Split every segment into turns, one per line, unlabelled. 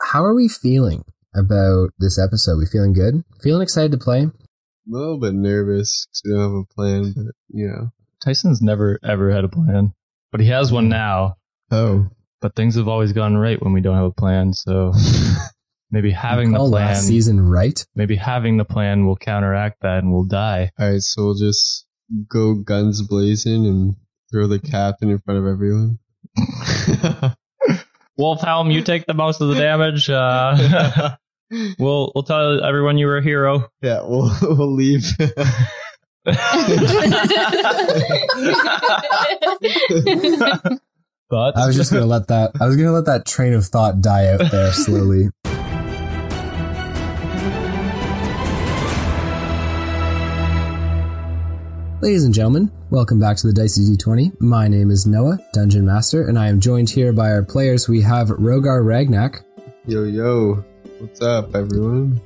how are we feeling about this episode? We feeling good? Feeling excited to play?
A little bit nervous 'cause we don't have a plan, but you know.
Tyson's never ever had a plan, but he has one now.
Oh,
But things have always gone right when we don't have a plan. So maybe having the
Call
plan,
last season, right?
maybe having the plan will counteract that and we'll die.
all right. So we'll just go guns blazing and throw the captain in front of everyone.
Wolf Helm, you take the most of the damage. Uh, we'll we'll tell everyone you were a hero.
yeah, we'll we'll leave.
But
I was just gonna let that. I was gonna let that train of thought die out there slowly. Ladies and gentlemen, welcome back to the Dicey D20. My name is Noah, Dungeon Master, and I am joined here by our players. We have Rogar Ragnak.
yo yo, what's up, everyone?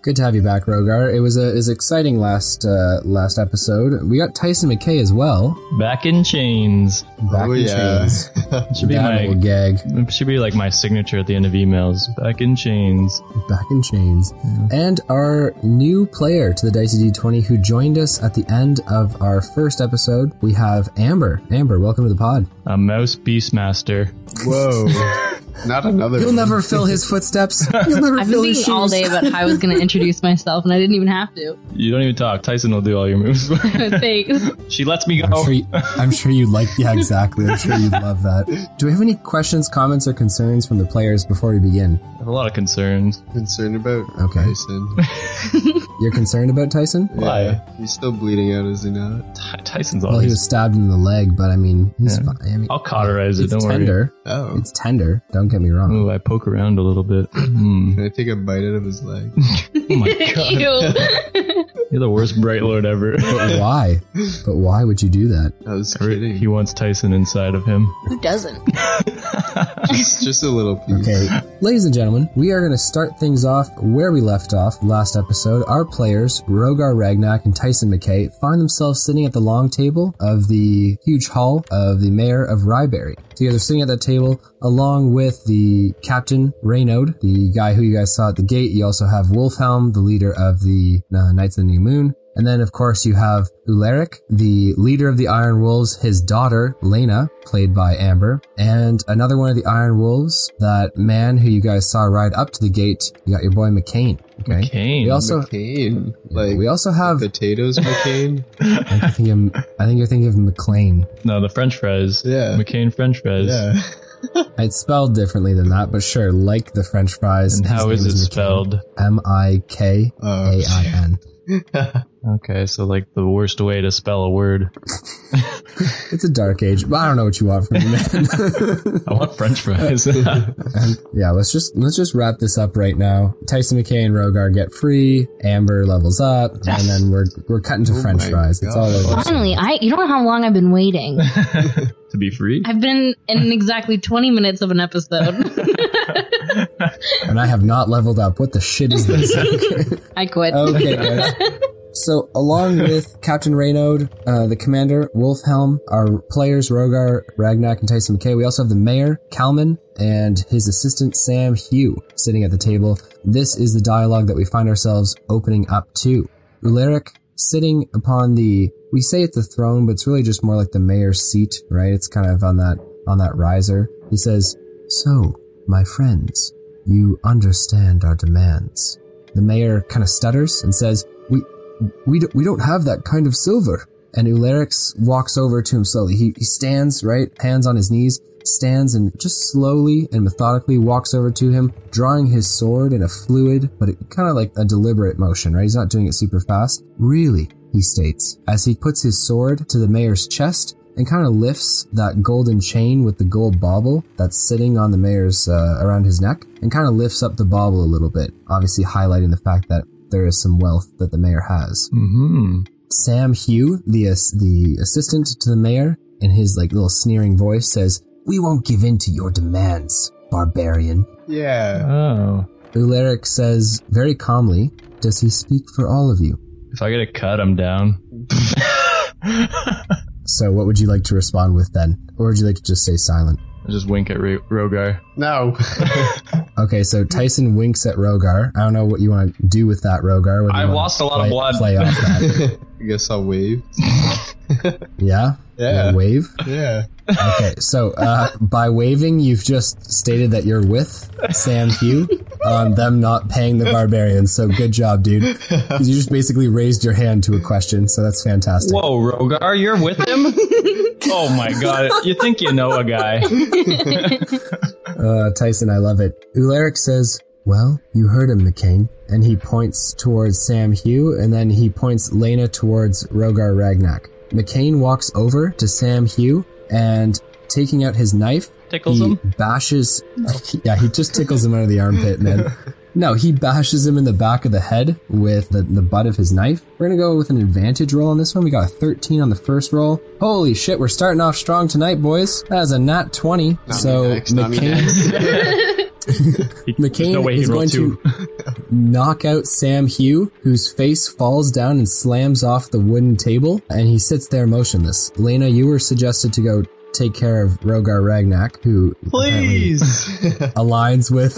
Good to have you back, Rogar. It was a it was exciting last uh, last episode. We got Tyson McKay as well.
back in chains
Back
oh
in
yeah.
chains.
should be
That
my
old gag.
it should be like my signature at the end of emails. Back in chains.
back in chains, and our new player to the Dicey D20 who joined us at the end of our first episode. We have Amber. Amber, welcome to the pod.
A mouse beastmaster.
Whoa, not another.
You'll
one.
never fill his footsteps. You'll never
I've been
fill his shoes.
thinking all day about how I was going to introduce myself, and I didn't even have to.
You don't even talk. Tyson will do all your moves.
Thanks.
she lets me
I'm
go.
sure, you, I'm sure you'd like, yeah, exactly. I'm sure you'd love that. Do we have any questions, comments, or concerns from the players before we begin?
I have a lot of concerns.
concerned about
Okay.
Tyson.
You're concerned about Tyson?
Why?
Yeah, he's still bleeding out, is he not?
Ty- Tyson's
Well, he
always.
was stabbed in the leg, but I mean, he's
Yeah.
fine. I mean,
I'll cauterize it.
it's
don't worry.
tender.
Oh,
It's tender. Don't get me wrong.
Oh, I poke around a little bit. Hmm.
can I take a bite out of his leg?
Oh my god.
Ew.
You're the worst Bright Lord ever.
But why? But why would you do that?
I was kidding.
he wants Tyson inside of him.
Who doesn't?
just, just a little piece.
Okay, ladies and gentlemen, we are going to start things off where we left off last episode. Our players, Rogar Ragnak and Tyson McKay, find themselves sitting at the long table of the huge hall of the mayor of Ryberry. So you guys are sitting at that table along with the captain, Reynold, the guy who you guys saw at the gate. You also have Wolfhelm, the leader of the uh, Knights of the New Moon. And then, of course, you have Ularic, the leader of the Iron Wolves, his daughter, Lena, played by Amber, and another one of the Iron Wolves, that man who you guys saw ride up to the gate. You got your boy McCain. Okay.
Kane.
We also,
McCain, like
we also have,
potatoes, McCain.
I think, I'm- I think you're thinking of McLean.
no, the French fries.
Yeah.
McCain French fries.
yeah,
It's spelled differently than that, but sure, like the french fries.
And
his
how
name
is it
McCain.
spelled? Oh,
M-I-K-A-I-N.
uh,
Okay, so like the worst way to spell a word.
It's a dark age, but I don't know what you want from me, man.
I want French fries.
And yeah, let's just let's just wrap this up right now. Tyson McKay and Rogar get free. Amber levels up, and then we're we're cutting to
Oh
French
my
fries. It's all over.
God.
Finally, I. You don't know how long I've been waiting.
to be free?
I've been in exactly 20 minutes of an episode.
And I have not leveled up. What the shit is this?
I quit.
okay, guys. So, along with Captain Reynold, uh, the commander, Wolfhelm, our players, Rogar, Ragnak, and Tyson McKay, we also have the mayor, Kalman, and his assistant, Sam Hugh, sitting at the table. This is the dialogue that we find ourselves opening up to. Ularic sitting upon the, we say it's the throne, but it's really just more like the mayor's seat, right? It's kind of on that, on that riser. He says, So, my friends, you understand our demands. The mayor kind of stutters and says, "We, we, don't- we don't have that kind of silver." And Ularix walks over to him slowly. He, he stands, right, hands on his knees, stands and just slowly and methodically walks over to him, drawing his sword in a fluid, but it, kind of like a deliberate motion, right? He's not doing it super fast. Really, he states, as he puts his sword to the mayor's chest and kind of lifts that golden chain with the gold bauble that's sitting on the mayor's uh, around his neck and kind of lifts up the bauble a little bit, obviously highlighting the fact that there is some wealth that the mayor has. Mm-hmm.
hmm
Sam Hugh, the ass- the assistant to the mayor, in his like little sneering voice says, "We won't give in to your demands, barbarian."
yeah.
Oh.
Ularic says very calmly, "Does he speak for all of you?"
If I get a cut, I'm down. I
So, what would you like to respond with then, or would you like to just stay silent?
just wink at Ro- Rogar.
No.
Okay, so Tyson winks at Rogar. I don't know what you want to do with that, Rogar. whether you
I
wanna
lost a lot of
play-
blood.
Play off that.
I guess I'll wave.
Yeah?
Yeah.
You wave?
Yeah.
Okay, so uh, by waving, you've just stated that you're with Sam Hugh on them not paying the barbarians. So good job, dude. 'Cause You just basically raised your hand to a question, so that's fantastic.
Whoa, Rogar, you're with him? oh my god, you think you know a guy.
Uh, Tyson, I love it. Ularic says, Well, you heard him, McCain. And he points towards Sam Hugh, and then he points Lena towards Rogar Ragnak. McCain walks over to Sam Hugh and taking out his knife,
Tickles
he
him?
bashes. Yeah, he just tickles him under the armpit, man. No, he bashes him in the back of the head with the, the butt of his knife. We're gonna go with an advantage roll on this one. We got a 13 on the first roll. Holy shit, we're starting off strong tonight, boys. That is a nat 20. so
next, not me
McCain,
next.
McCain
no way he
is going
rolled
to knock out Sam Hugh, whose face falls down and slams off the wooden table, and he sits there motionless. Lena, you were suggested to go take care of Rogar Ragnak, who apparently
Please.
aligns with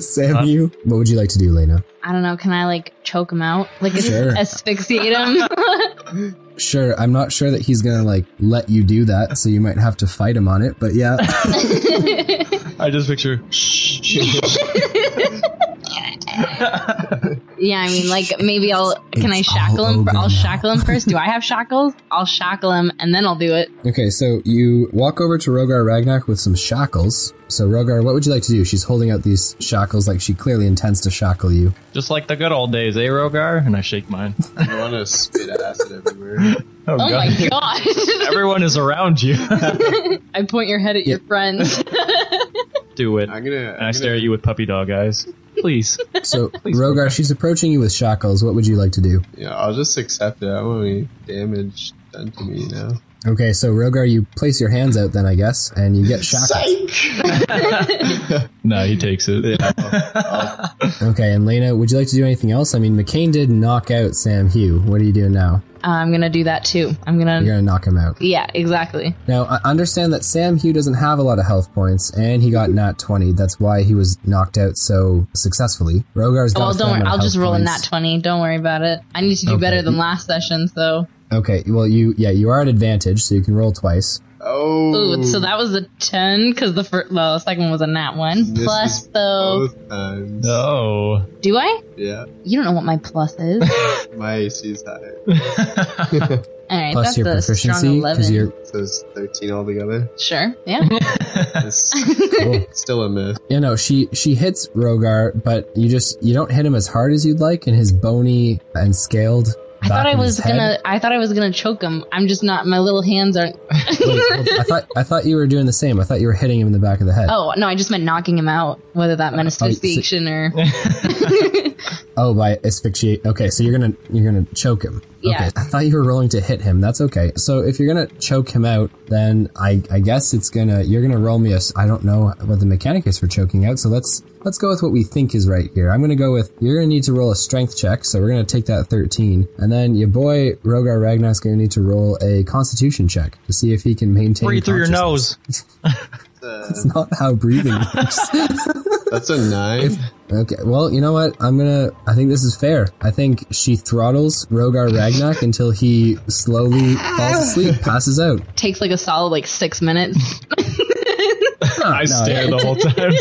Sam Hugh. What would you like to do, Lena?
I don't know. Can I like choke him out? Like as-
Sure.
asphyxiate him?
Sure, I'm not sure that he's gonna like let you do that, so you might have to fight him on it. But yeah,
I just picture.
yeah, I mean, like maybe I'll. Can I
It's
shackle
all
him? For,
over
I'll
now.
shackle him first. Do I have shackles? I'll shackle him and then I'll do it.
okay. So you walk over to Rogar Ragnak with some shackles. So Rogar, what would you like to do? She's holding out these shackles like she clearly intends to shackle you.
Just like the good old days, eh, Rogar? And I shake mine.
I want to spit acid everywhere.
Oh,
Oh my gosh!
Everyone is around you.
I point your head at your friend.
Do it.
I'm gonna.
And I stare at you with puppy dog eyes. Please.
So,
Please,
Rogar, she's approaching you with shackles. What would you like to do?
Yeah, I'll just accept it. I want any damage done to me now.
Okay, so Rogar, you place your hands out then, I guess, and you get shackled.
No, he takes it.
Okay, and Lena, would you like to do anything else? I mean, McCain did knock out Sam Hugh. What are you doing now?
I'm gonna do that too. I'm
You're
gonna.
gonna knock him out.
Yeah, exactly.
Now, I understand that Sam Hugh doesn't have a lot of health points, and he got nat 20. That's why he was knocked out so successfully. Rogar's got
well,
a fair
don't worry.
amount of
I'll just
health
roll a nat
points.
twenty. Don't worry about it. I need to do
Okay.
better than last session. So,
Okay, well, you, yeah, you are at advantage, so you can roll twice.
Oh.
ooh, so that was a ten because the first, well, the second one was a nat one.
This
Plus,
is
though,
Both times.
No.
do I?
Yeah,
You don't know what my plus is.
my AC is higher.
All right,
Plus
that's
your
a
proficiency,
strong
because
11
you're
So it's 13 altogether.
sure. Yeah.
It's
cool.
still a myth.
you know she she hits rogar but you just you don't hit him as hard as you'd like and his bony and scaled back
I thought I
of
was
his head-
gonna. I thought I was gonna choke him. I'm just not. My little hands aren't.
Wait, hold on. i thought i thought you were doing the same i thought you were hitting him in the back of the head
Oh no, I just meant knocking him out. Whether that meant
oh, you see-
asphyxiation or
oh by asphyxiate okay so you're gonna you're gonna choke him
Yeah.
okay i thought you were rolling to hit him that's okay so if you're gonna choke him out then i i guess it's gonna you're gonna roll me a s- i don't know what the mechanic is for choking out so let's let's go with what we think is right here i'm gonna go with you're gonna need to roll a strength check so we're gonna take that 13 and then your boy rogar ragnar's gonna need to roll a constitution check to see if he can maintain
Breathe through your
consciousness.
nose.
Uh,
it's not how breathing works
that's a 9.
Okay, well, you know what? I'm gonna. I think this is fair. I think she throttles Rogar Ragnak until he slowly falls asleep, passes out.
takes like a solid like six minutes.
I stare the whole time.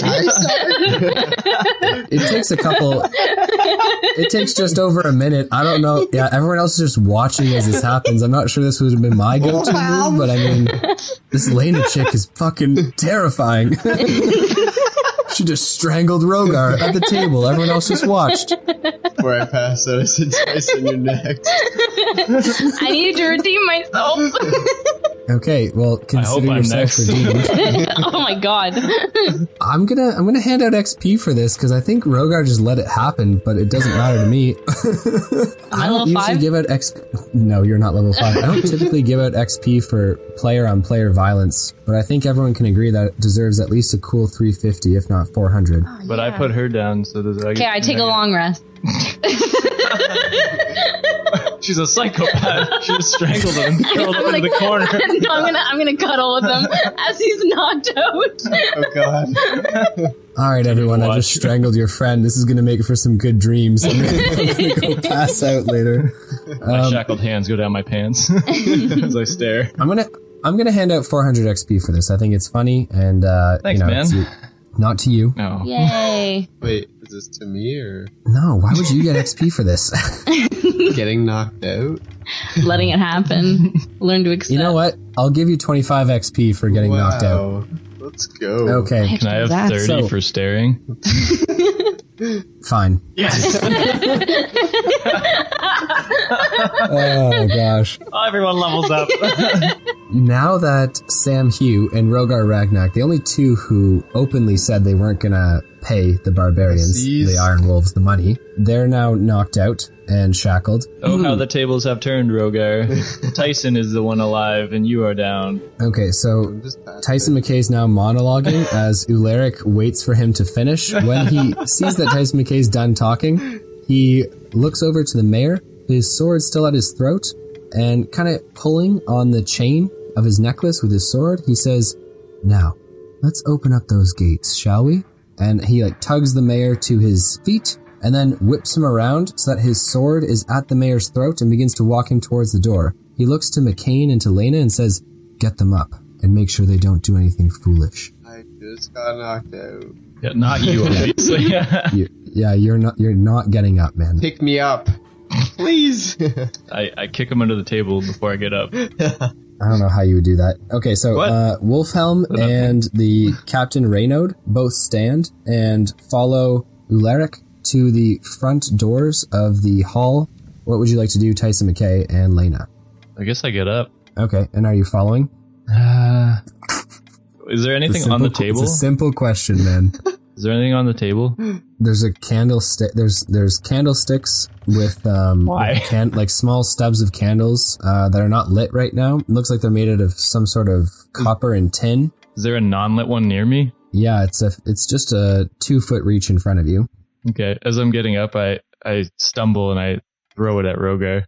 It takes a couple. It takes just over a minute. I don't know. Yeah, everyone else is just watching as this happens. I'm not sure this would have been my go-to move, but I mean, this Lena chick is fucking terrifying. she just strangled Rogar at the table. Everyone else just watched.
Before I pass out, I said Tyson, you're next.
I need to redeem myself.
Okay, well, consider
I'm
yourself
next.
redeemed.
oh my god.
I'm gonna I'm gonna hand out XP for this because I think Rogar just let it happen, but it doesn't matter to me. I
level
don't usually
five?
give out XP. No, you're not level five. I don't typically give out XP for player on player violence, but I think everyone can agree that it deserves at least a cool 350, if not 400.
Oh,
But I put her down, so does I
Okay, I take a long rest.
She's a psychopath. She just strangled him and curled up
I'm
into
like,
the corner.
no, I'm gonna I'm gonna cuddle with him as he's knocked out.
Oh god.
All right, everyone. I
Watch.
just strangled your friend. This is gonna make for some good dreams. I'm gonna go pass out later.
my shackled hands go down my pants as I stare.
I'm gonna I'm gonna hand out 400 XP for this. I think it's funny and uh,
Thanks,
you know,
man.
it's- not to you.
No.
Yay!
Wait, is this to me or
No, why would you get XP for this?
getting knocked out?
Letting it happen. Learn to accept.
you know what? I'll give you 25 XP for getting knocked out.
Wow. Let's go.
Okay,
Can I have
That's
30
so-
for staring?
fine.
Yes.
Oh gosh.
Everyone levels up.
Now that Sam Hugh and Rogar Ragnak, the only two who openly said they weren't gonna pay the barbarians,
Jeez.
the Iron Wolves, the money, they're now knocked out and shackled. Hmm.
oh, how the tables have turned, Rogar. Tyson is the one alive, and you are down.
Okay, so
I'm just passing.
Tyson McKay's now monologuing as Ularic waits for him to finish. When he sees that Tyson McKay's done talking, he looks over to the mayor, his sword still at his throat, and kind of pulling on the chain of his necklace with his sword, he says, Now, let's open up those gates, shall we? And he like tugs the mayor to his feet and then whips him around so that his sword is at the mayor's throat and begins to walk him towards the door. He looks to McCain and to Lena and says, Get them up and make sure they don't do anything foolish.
I just got knocked out.
Yeah, not you, obviously.
You, yeah, you're not you're not getting up, man.
Pick me up. Please.
I, I kick him under the table before I get up.
I don't know how you would do that. Okay, so
What?
uh, Wolfhelm and the Captain Reynold both stand and follow Ularic to the front doors of the hall. What would you like to do, Tyson McKay and Lena?
I guess I get up.
Okay, and are you following?
Uh, is there anything
It's a
on the
simple-
table?
It's a simple question, man.
Is there anything on the table?
there's a candlestick. There's there's candlesticks with um
Why?
with can, like small stubs of candles uh, that are not lit right now. It looks like they're made out of some sort of copper and tin.
Is there a non-lit one near me?
Yeah, it's a it's just a two foot reach in front of you.
Okay. As I'm getting up, I I stumble and I throw it at Rogar.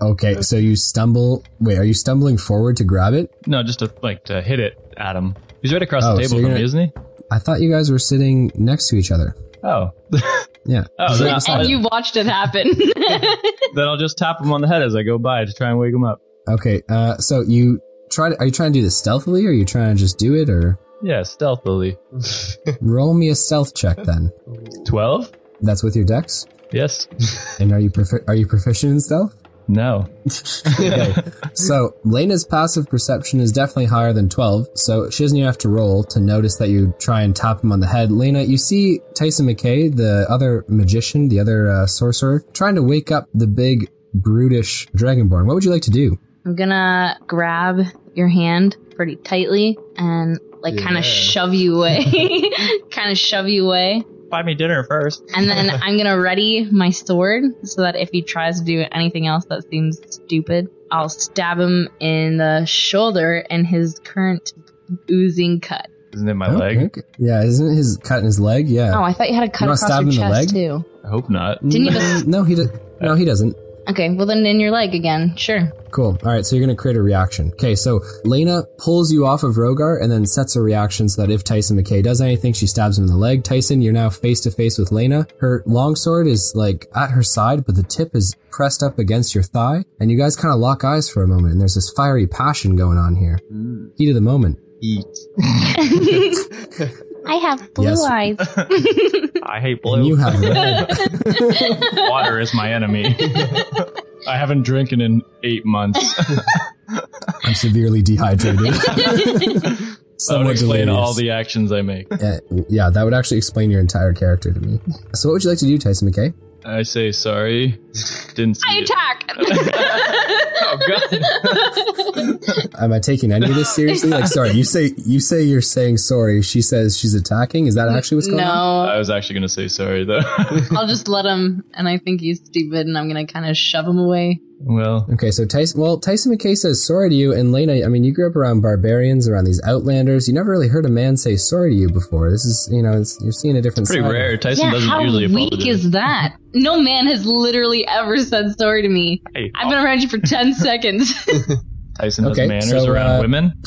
Okay, so you stumble. Wait, are you stumbling forward to grab it?
No, just to like to hit it at him. He's right across
Oh,
the
so
table
you're
from
gonna-
me, isn't he?
I thought you guys were sitting next to each other.
Oh.
Yeah.
Oh,
He's
then,
right beside
I'll,
And you watched it happen.
then I'll just tap him on the head as I go by to try and wake him up.
Okay, uh, so you try. To, are you trying to do this stealthily, or are you trying to just do it, or
Yeah, stealthily.
roll me a stealth check then?
Twelve?
That's with your dex.
Yes.
And are you profi- are you proficient in stealth?
No.
Okay. so Lena's passive perception is definitely higher than 12, so she doesn't even have to roll to notice that you try and tap him on the head. Lena, you see Tyson McKay, the other magician, the other uh, sorcerer, trying to wake up the big brutish dragonborn. What would you like to do?
I'm gonna grab your hand pretty tightly and like kind
Yeah.
of shove you away, kind of shove you away,
Buy me dinner first.
and then I'm gonna ready my sword so that if he tries to do anything else that seems stupid, I'll stab him in the shoulder in his current oozing cut.
Isn't it my
Oh,
leg?
okay. Yeah, isn't his cut in his leg? Yeah.
Oh, I thought you had a cut
You wanna
across
stab
your
him in the
chest
leg?
too.
I hope not.
Didn't you
Mm, No, he do- No, he doesn't.
Okay, well then in your leg again. Sure.
Cool. All right, so you're going to create a reaction. Okay, so Lena pulls you off of Rogar and then sets a reaction so that if Tyson McKay does anything, she stabs him in the leg. Tyson, you're now face to face with Lena. Her longsword is like at her side, but the tip is pressed up against your thigh, and you guys kind of lock eyes for a moment, and there's this fiery passion going on here. Heat of the moment.
Eat.
I have blue
Yes.
eyes.
I hate
And you
blue.
have red.
Water is my enemy. I haven't drinking in eight months.
I'm severely dehydrated.
I would
Somewhat
explain
delirious.
all the actions I make.
Uh, yeah, that would actually explain your entire character to me. So, what would you like to do, Tyson McKay?
I say sorry. Didn't see
I
it.
attack.
Oh god.
Am I taking any of this seriously? Like, sorry, you say you say you're saying sorry. She says she's attacking. Is that actually what's going on?
no,
I was actually gonna say sorry though.
I'll just let him, and I think he's stupid, and I'm gonna kind of shove him away.
Well,
Okay, so Tyson. Well, Tyson McKay says sorry to you, and Lena. I mean, you grew up around barbarians, around these outlanders. You never really heard a man say sorry to you before. This is, you know, it's, you're seeing a different.
pretty
side.
rare. Tyson
yeah,
doesn't
how
usually
weak
apologize.
is that? No man has literally ever said sorry to me.
Hey,
I've been around you for 10 seconds.
Tyson
Okay,
has manners
so,
around
uh,
women.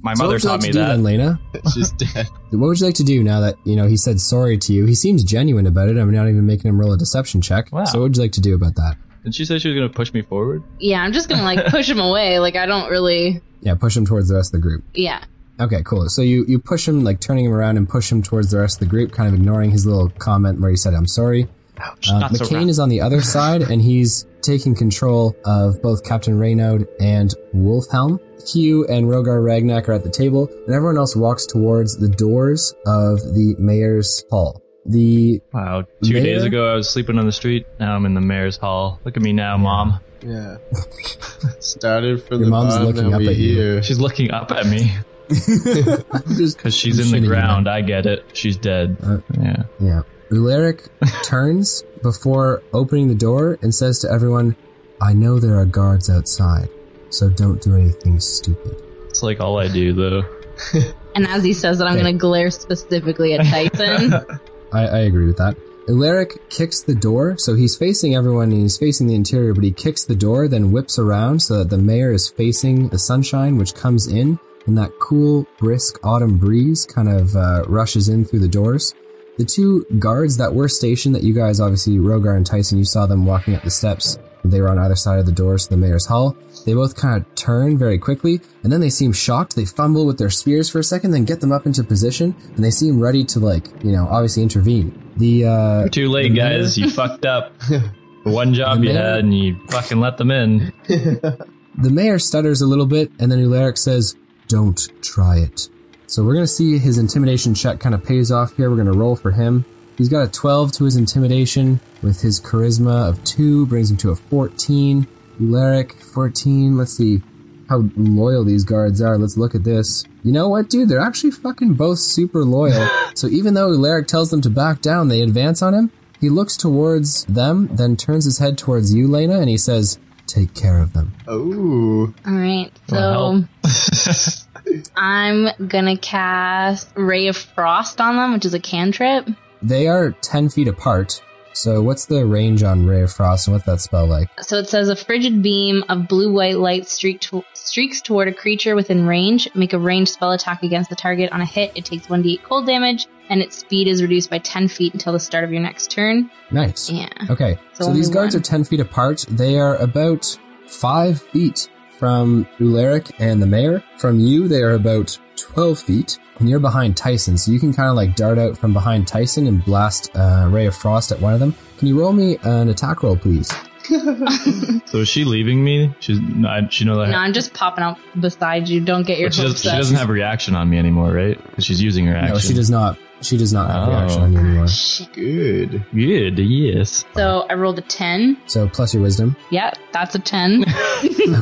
My
So what
mother
would you like
taught
to
me
do
that.
then, Lena.
It's just dead.
What would you like to do now that you know he said sorry to you? He seems genuine about it. I'm not even making him roll a deception check.
Wow.
So what would you like to do about that?
Did she say she was gonna push me forward?
yeah, I'm just gonna like push him away. Like, I don't really.
Yeah, push him towards the rest of the group.
Yeah.
Okay, cool. So you you push him like turning him around and push him towards the rest of the group, kind of ignoring his little comment where he said I'm sorry.
Ouch!
Uh,
not so
McCain
rough.
is on the other side, and he's taking control of both Captain Reynaud and Wolfhelm. Hugh and Rogar Ragnak are at the table, and everyone else walks towards the doors of the mayor's hall. The
Wow! Two days
Mayor?
ago, I was sleeping on the street. Now I'm in the mayor's hall. Look at me now, mom.
Yeah. Started from
Your
the
mom's
bottom,
looking
now
up
we
at you.
here.
She's looking up at me
just
because she's
I'm
in
shitting
the
you,
ground. I get it. She's dead.
Uh,
yeah.
yeah. Ularic turns before opening the door and says to everyone, "I know there are guards outside, so don't do anything stupid."
It's like all I do though.
And as he says that, I'm
Okay.
gonna glare specifically at Tyson.
I, I agree with that. Alaric kicks the door, so he's facing everyone and he's facing the interior, but he kicks the door, then whips around so that the mayor is facing the sunshine, which comes in, and that cool, brisk autumn breeze kind of uh, rushes in through the doors. The two guards that were stationed, that you guys obviously, Rogar and Tyson, you saw them walking up the steps. They were on either side of the doors to the mayor's hall. They both kind of turn very quickly, and then they seem shocked. They fumble with their spears for a second, then get them up into position, and they seem ready to, like, you know, obviously intervene. The, uh,
You're too late,
The mayor-
guys. You fucked up. The one job
The
you
mayor-
had, and you fucking let them in.
the mayor stutters a little bit, and then Ularic says, Don't try it. So we're gonna see his intimidation check kind of pays off here. We're gonna roll for him. He's got a 12 to his intimidation with his charisma of 2, brings him to a 14. Ularic, 14. Let's see how loyal these guards are. Let's look at this. You know what, dude? They're actually fucking both super loyal. so even though Ularic tells them to back down, they advance on him. He looks towards them, then turns his head towards you, Lena, and he says, Take care of them.
Oh.
All right, so
Wow.
I'm gonna cast Ray of Frost on them, which is a cantrip.
They are 10 feet apart. So what's the range on Ray of Frost and what's that spell like?
So it says a frigid beam of blue-white light streak to- streaks toward a creature within range. Make a ranged spell attack against the target on a hit. It takes 1d8 cold damage, and its speed is reduced by 10 feet until the start of your next turn.
Nice.
Yeah.
Okay.
So
So these
only
guards
one.
are 10 feet apart. They are about 5 feet from Ularic and the mayor. From you, they are about 12 feet. And you're behind Tyson, so you can kind of like dart out from behind Tyson and blast uh, Ray of Frost at one of them. Can you roll me an attack roll, please?
so is she leaving me? She's. I, she know that.
No, I'm just popping up beside you. Don't get your
But she, does,
hopes
she
up.
doesn't have a reaction on me anymore, right? Because she's using her action.
No, she does not. She does not have
Oh.
reaction on you anymore.
Shit.
Good.
Good, yes.
So I rolled a 10.
So plus your wisdom.
Yeah, that's a 10.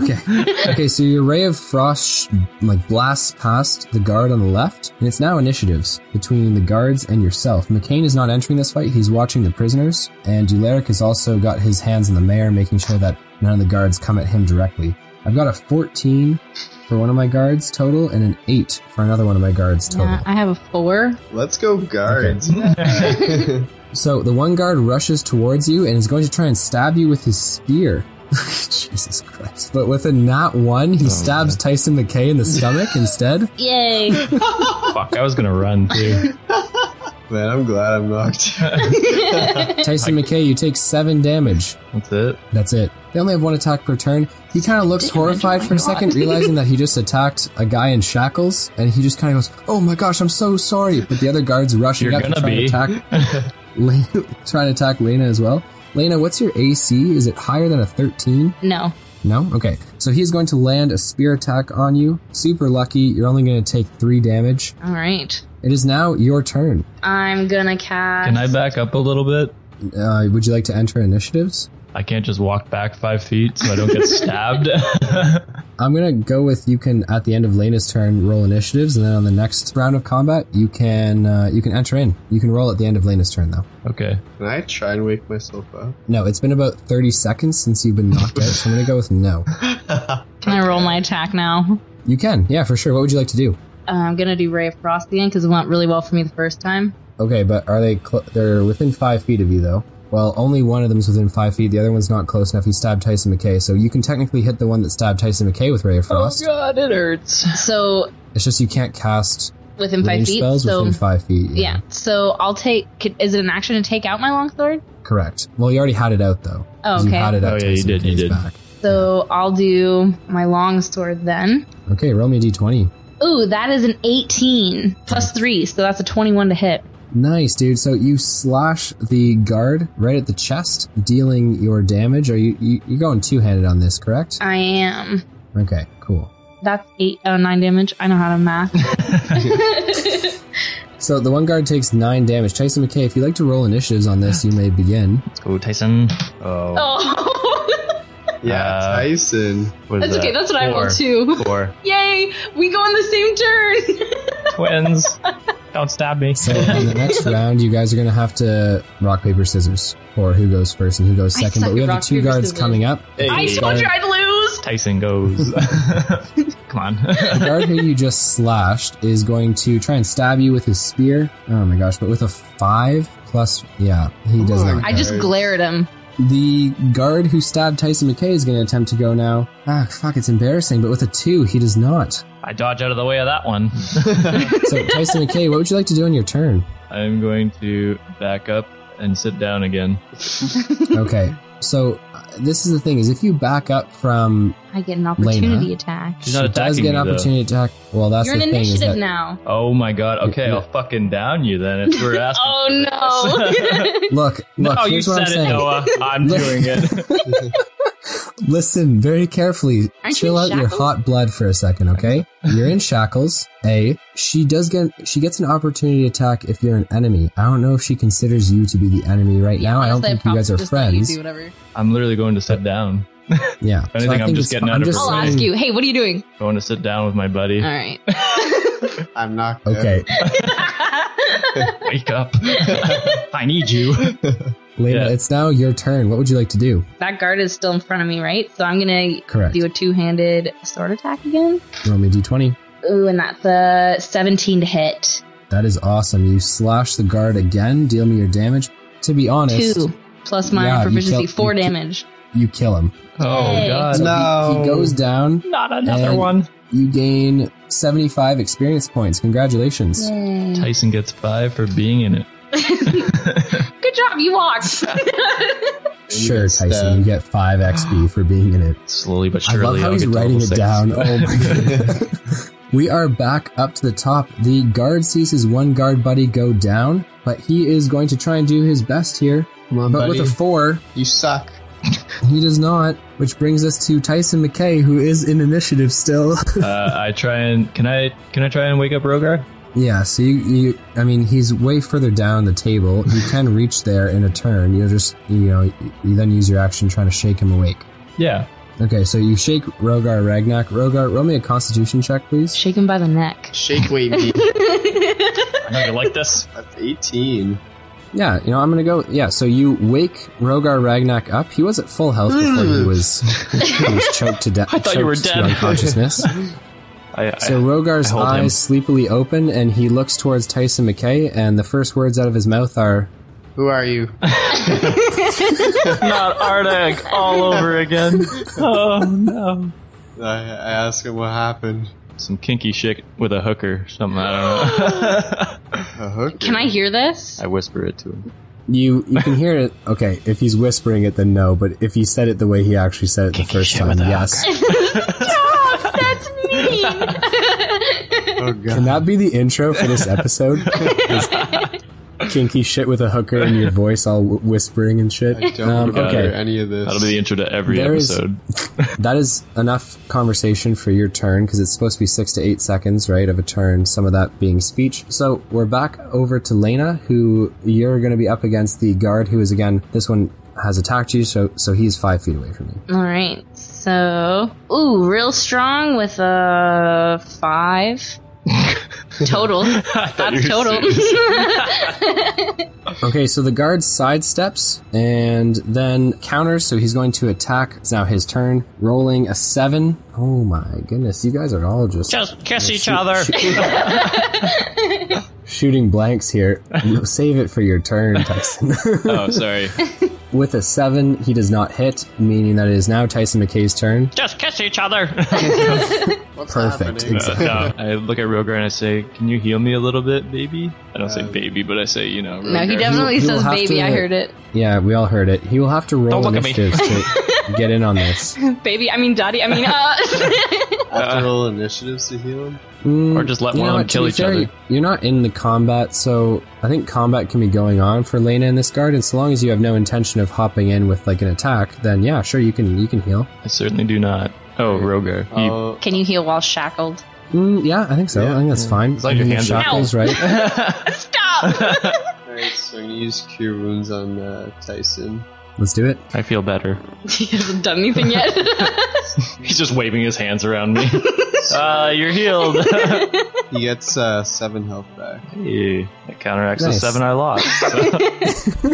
Okay. okay, so your ray of frost sh- like blasts past the guard on the left, and it's now initiatives between the guards and yourself. McCain is not entering this fight, he's watching the prisoners, and Duleric has also got his hands on the mayor, making sure that none of the guards come at him directly. I've got a 14 for one of my guards total, and an 8 for another one of my guards total.
yeah, Uh, I have a 4.
Let's go guards.
So the one guard rushes towards you and is going to try and stab you with his spear. Jesus Christ. But with a nat one,
Oh,
he stabs Tyson McKay in the stomach instead.
Yay!
Fuck, I was gonna run too.
Man, I'm glad I'm knocked.
Tyson McKay, you take seven damage.
That's it.
That's it. They only have one attack per turn. He kind of looks horrified for a second, realizing that he just attacked a guy in shackles, and he just kind of goes, "Oh my gosh, I'm so sorry." But the other guards rushing
You're
up and
gonna
trying to
be.
attack, Lena, trying to attack Lena as well. Lena, what's your AC? Is it higher than a thirteen?
no.
No? Okay. So he's going to land a spear attack on you. Super lucky. You're only going to take three damage.
All right.
It is now your turn.
I'm gonna cast.
Can I back up a little bit?
Uh, would you like to enter initiatives?
I can't just walk back five feet so I don't get stabbed.
I'm gonna go with you can at the end of Lena's turn roll initiatives, and then on the next round of combat you can uh, you can enter in. You can roll at the end of Lena's turn though.
okay.
Can I try and wake myself up?
No, it's been about 30 seconds since you've been knocked out, so I'm gonna go with no.
Can I roll my attack now?
You can, yeah, for sure. What would you like to do?
Uh, I'm gonna do Ray of Frost again because it went really well for me the first time.
Okay, but are they? Cl- they're within five feet of you though. Well, only one of them's within five feet. The other one's not close enough. He stabbed Tyson McKay, so you can technically hit the one that stabbed Tyson McKay with Ray
Oh,
of Frost.
Oh, god, it hurts.
So
it's just you can't cast
within five
range
feet.
spells
So
within five feet.
yeah. So I'll take. could- Is it an action to take out my longsword?
correct. Well, you already had it out though.
Oh,
'cause You had
okay.
it out.
Oh, yeah, you
Tyson
did, you
McKay's
did.
Back.
So I'll do my longsword then.
Okay, roll me a d20.
Ooh, that is an 18 plus three, so that's a 21 to hit.
Nice, dude. So you slash the guard right at the chest, dealing your damage. Are you, you you're going two handed on this, correct?
I am.
Okay, cool.
That's eight, oh, nine damage. I know how to math.
So the one guard takes nine damage. Tyson McKay, if you'd like to roll initiatives on this, you may begin.
Let's go, Tyson. Oh,
oh,
Yeah,
Uh,
Tyson.
what is
that's okay.
that?
That's what I rolled
Four.
too.
Four
Yay! We go on the same turn.
twins. don't stab me.
So in the next round, you guys are going to have to rock paper scissors for who goes first and who goes
I
second.
suck
But we have
at
the
rock,
two
paper,
guards
scissors.
coming up.
I told you I'd lose.
Tyson goes. Come on.
The guard who you just slashed is going to try and stab you with his spear. Oh my gosh! But with a five plus, yeah, he does
Come on,
not.
I just
Guys.
glare at him.
The guard who stabbed Tyson McKay is going to attempt to go now. Ah, fuck! It's embarrassing. But with a two, he does not.
I dodge out of the way of that one.
So Tyson McKay, what would you like to do on your turn?
I'm going to back up and sit down again.
Okay. So uh, this is the thing: is if you back up from
I get an opportunity
Lena.
attack.
She's not
she does
attacking
get an
me, though.
opportunity to attack. Well, that's
You're an
the thing is
initiative
that
now.
Oh my god. Okay,
Yeah.
I'll fucking down you then if we're asking.
Oh
for this.
no.
look, look.
no, you
here's what
said
I'm
it,
saying.
Noah. I'm
Look-
doing it.
Listen very carefully.
Aren't you
Chill
in
out your
shackles?
hot blood for a second, okay? You're in shackles. A. She does get. She gets an opportunity attack if you're an enemy. I don't know if she considers you to be the enemy right now. I don't
Honestly,
think you
probably
guys are
just let you
friends.
do whatever.
I'm literally going to sit down.
Yeah.
anything, I'm
think
just
it's
getting
fi-
out
I'm
of
just
her
I'll
way.
saying-
ask you, hey, what are you doing?
Going to sit down with my buddy.
All right.
I'm not good.
Okay,
Wake up. I need you.
Lena,
Yeah.
it's now your turn. What would you like to do?
that guard is still in front of me, right? So I'm gonna
Correct.
do a two-handed sword attack again.
Roll me d20.
Ooh, and that's a 17 to hit.
That is awesome. You slash the guard again. Deal me your damage. To be honest,
Two plus my
Yeah, you
proficiency,
killed-
four
you ki-
damage.
you kill him.
Oh
Hey.
So
god.
he- he
No.
goes down.
Not another
And-
one.
You gain 75 experience points. Congratulations.
Yay.
Tyson gets five for being in it.
Good job, you walked.
Sure,
It's,
Tyson,
uh,
you get five XP for being in it.
Slowly but
I
surely.
love how
I'll
he's
get to
writing
level
it
six.
down. Oh my god. we are back up to the top. The guard sees his one guard buddy go down, but he is going to try and do his best here.
Come on,
But
buddy.
with a four,
you suck.
he does not. Which brings us to Tyson McKay, who is in initiative still.
uh, I try and can I can I try and wake up Rogar?
yeah, so you, you, I mean, he's way further down the table. You can reach there in a turn. You'll just, you know, you then use your action trying to shake him awake.
Yeah.
Okay, so you shake Rogar Ragnak. Rogar, roll me a constitution check, please.
Shake him by the neck.
Shake weight me.
I know you like this.
That's 18.
Yeah, you know, I'm gonna go. Yeah, so you wake Rogar Ragnak up. He was at full health before he was, he was choked to death.
Hmm. I thought you were dead.
unconsciousness.
I, I,
So Rogar's
I hold him.
eyes sleepily open, and he looks towards Tyson McKay, and the first words out of his mouth are,
Who are you?
not Ardag all over again. Oh no.
I, I ask him what happened.
Some kinky shit with a hooker, something I don't know.
A hooker.
Can I hear this?
I whisper it to him.
"You, you can hear it." Okay, if he's whispering it, then no. But if he said it the way he actually said it the first time, yes. Oh,
Stop! That's mean!
Oh god.
Can that be the intro for this episode? Is kinky shit with a hooker in your voice, all wh- whispering and shit.
I don't
Um,
remember
okay.
any of this.
That'll be the intro to every
There is-
episode.
That is enough conversation for your turn because it's supposed to be six to eight seconds, right, of a turn. Some of that being speech. So we're back over to Lena, who you're going to be up against the guard, who is again this one has attacked you, so so he's five feet away from you.
All right. So, ooh, real strong with a five total. That's total.
Okay, so the guard sidesteps and then counters, so he's going to attack. It's now his turn, rolling a seven. Oh my goodness, you guys are all just
Just kiss each other.
shooting blanks here. You Save it for your turn, Tyson.
Oh, sorry.
With a seven, he does not hit, meaning that it is now Tyson McKay's turn.
Just kiss each other.
What's
Perfect.
happening?
Exactly.
Uh, I look at Rogar and I say, "Can you heal me a little bit, baby?" I don't
Uh,
say
Um,
baby, but I say, you know.
no, he
Rogar.
definitely
You'll- you'll
says
have
baby.
to-
I heard it.
Yeah, we all heard it. He will have to roll
Don't look at me.
initiatives to get in on this.
Baby, I mean daddy. I mean uh
After all initiatives to heal him.
Mm,
Or just let
you
one
know
of them
what, to
kill
be
each
fair,
other.
You're not in the combat, so I think combat can be going on for Lena and this guard. And so long as you have no intention of hopping in with like an attack, then yeah, sure you can you can heal.
I certainly do not. Oh, Rogar. He,
Oh,
Can you heal while shackled?
Mm, yeah, I think so. I think that's fine.
As long as your
Mm,
hands are-
shackles, right?
Stop.
alright, so I'm gonna use cure wounds on uh, Tyson.
Let's do it.
I feel better.
he hasn't done anything yet.
He's just waving his hands around me. uh, you're healed.
He gets uh, seven health back.
hey, that counteracts the
Nice.
seven I lost.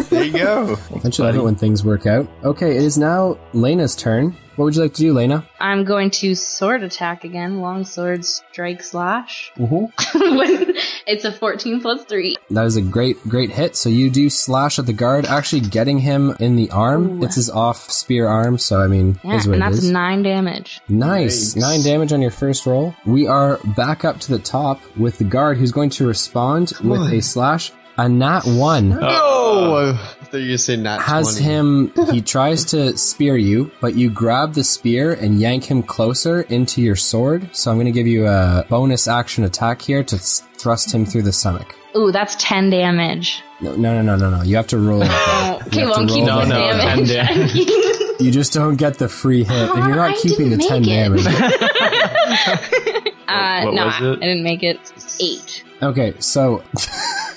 There you go.
I should love it when things work out. Okay, it is now Lena's turn. What would you like to do, Lena?
I'm going to sword attack again. Long sword strike slash.
Mm-hmm.
When- it's a 14 plus three.
That is a great, great hit. So you do slash at the guard, actually getting him in the arm.
Ooh.
It's his off spear arm, so I mean,
Yeah,
is what
and
it
that's
is.
nine damage.
Nice.
Nice.
Nine damage on your first roll. We are back up to the top with the guard who's going to respond with
on. Oh,
a slash. A nat one
No! I thought you were gonna say not
Uh, has
20.
him, he tries to spear you, but you grab the spear and yank him closer into your sword. So I'm going to give you a bonus action attack here to s- thrust him through the stomach.
Ooh, that's 10 damage.
No, no, no, no, no. You have to roll.
Oh, okay,
have
well,
to
I'm keeping
roll
the
the- No, no,
damage.
10
I'm keeping-
You just don't get the free hit, and you're not
I
keeping the 10
didn't make it.
damage.
uh,
What
no,
was
I
it?
didn't make it. It's Eight.
Okay, so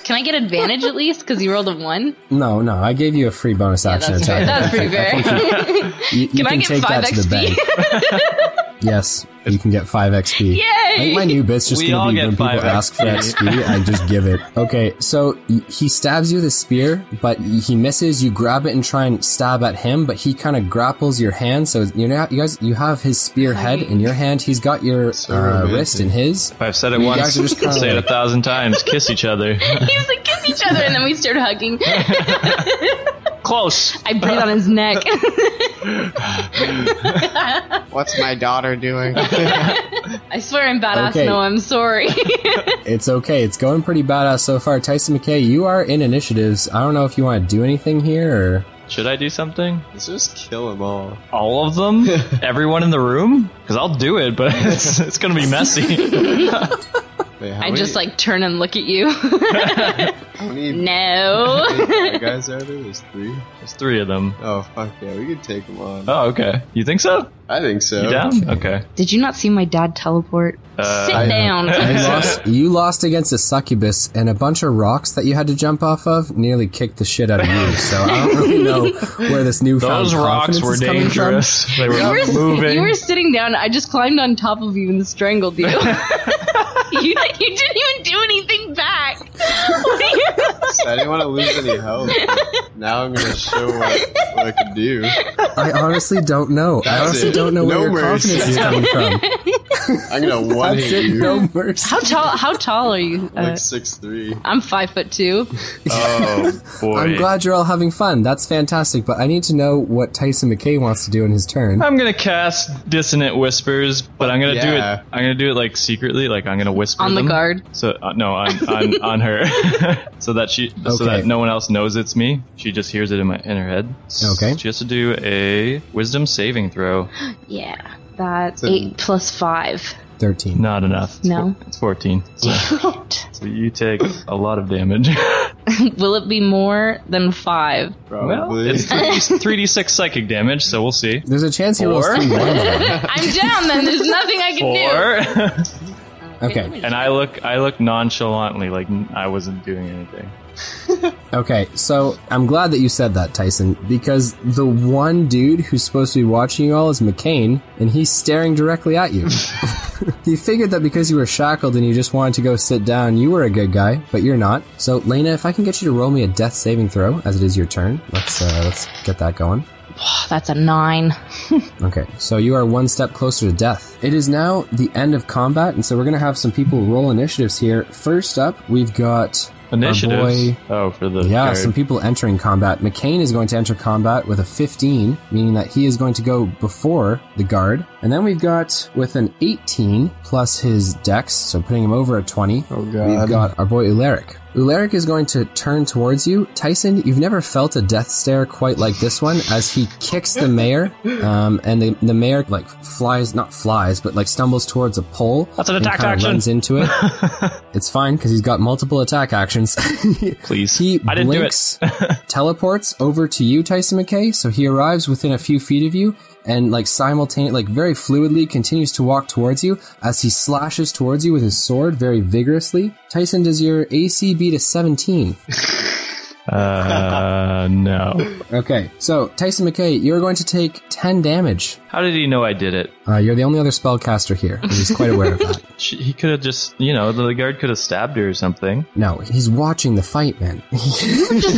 Can I get advantage at least? Because you rolled a one.
no, no, I gave you a free bonus
Yeah,
action
that's, fair.
attack. I
that's pretty
think- I
fair.
think you You, you can,
can I get
take
five
that to the
XP?
bank. yes, you can get five XP. I think my
Yay!
new bit's just
We all
gonna be
get
when people
5
ask for
XP.
XP, I just give it. Okay, so y- he stabs you with a spear, but he misses. You grab it and try and stab at him, but he kind of grapples your hand. So you know, you guys, you have his spear head in your hand. He's got your
So
uh,
romantic.
wrist in his.
If I've said it
You
once,
guys are just kinda
say it a
like-
thousand times. Kiss each other.
He's like kiss each other, and then we start hugging.
Close.
I breathe on his neck.
What's my daughter doing?
I swear I'm badass.
Okay.
No, I'm sorry.
It's okay. It's going pretty badass so far. Tyson McKay, you are in initiatives. I don't know if you want to do anything here or.
Should I do something?
Let's just kill them all.
All of them? Everyone in the room? Because I'll do it, but it's, it's going to be messy.
Wait, how
I
many,
just like turn and look at you.
how many
no.
big guys are there? There's three.
There's three of them.
Oh fuck yeah, we could take them on.
Oh, okay. You think so?
I think
Oh,
so.
You down? Okay.
Did you not see my dad teleport?
Uh,
Sit
I-
down.
You lost, you lost against a succubus, and a bunch of rocks that you had to jump off of nearly kicked the shit out of you. So I don't really know where this newfound
Those
confidence
rocks were
is coming
dangerous. They were
you,
not
were,
moving.
you were sitting down. I just climbed on top of you and strangled you. you, you didn't even do anything back.
I didn't want to lose any health. Now I'm gonna show what, what I can do.
From. I honestly don't know. I
That's
honestly
it.
don't know where
No
your
mercy.
confidence is coming from.
I'm gonna one
That's
hit
it.
you.
No mercy.
how tall? How tall are you? Uh,
Like six three.
I'm five foot two.
oh, boy.
I'm glad you're all having fun. That's fantastic. But I need to know what Tyson McKay wants to do in his turn.
I'm gonna cast dissonant whispers, but I'm gonna do it.
Yeah.
I'm gonna do it like secretly, like I'm gonna whisper
On the
them.
guard.
So uh, no, on on, on her, so that she, so
Okay.
that no one else knows it's me. She just hears it in my in her head.
Okay.
She has to do a wisdom saving throw.
Yeah, that's
So-
eight plus five.
Thirteen.
Not enough. It's
No.
four- it's fourteen. So, so you take a lot of damage.
Will it be more than five?
well,
Probably.
it's three d six psychic damage, so we'll see.
There's a chance he rolls
Four.
three ones. though.
I'm down. Then there's nothing I can
Four,
do.
Okay.
let me-
and I look I look nonchalantly like I wasn't doing anything.
Okay, so I'm glad that you said that, Tyson, because the one dude who's supposed to be watching you all is McCain, and he's staring directly at you. he figured that because you were shackled and you just wanted to go sit down, you were a good guy, but you're not. So, Lena, if I can get you to roll me a death saving throw, as it is your turn, let's uh, let's get that going.
That's a nine.
Okay, so you are one step closer to death. It is now the end of combat, and so we're gonna have some people roll initiatives here. First up, we've got
Initiatives. Oh, for the
yeah,
Jared.
some people entering combat. McCain is going to enter combat with a 15, meaning that he is going to go before the guard. And then we've got with an 18 plus his dex, so putting him over a 20.
Oh
We've
god.
got our boy Ularic. Ularic is going to turn towards you. Tyson, you've never felt a death stare quite like this one as he kicks the mayor, um, and the, the mayor like flies, not flies, but like stumbles towards a pole.
That's an
and
attack
kinda
action.
Runs into it. it's fine because he's got multiple attack actions.
Please.
He
I didn't do it.
blinks, teleports over to you, Tyson McKay. So he arrives within a few feet of you and, like, simultaneously, like, very fluidly continues to walk towards you as he slashes towards you with his sword very vigorously. Tyson, does your AC beat a 17?
uh, no.
Okay, so Tyson McKay, you're going to take 10 damage.
How did he know I did it?
Uh, you're the only other spellcaster here. and He's quite aware of that.
She, he could have just, you know, the guard could have stabbed her or something.
No, he's watching the fight, man.
We're just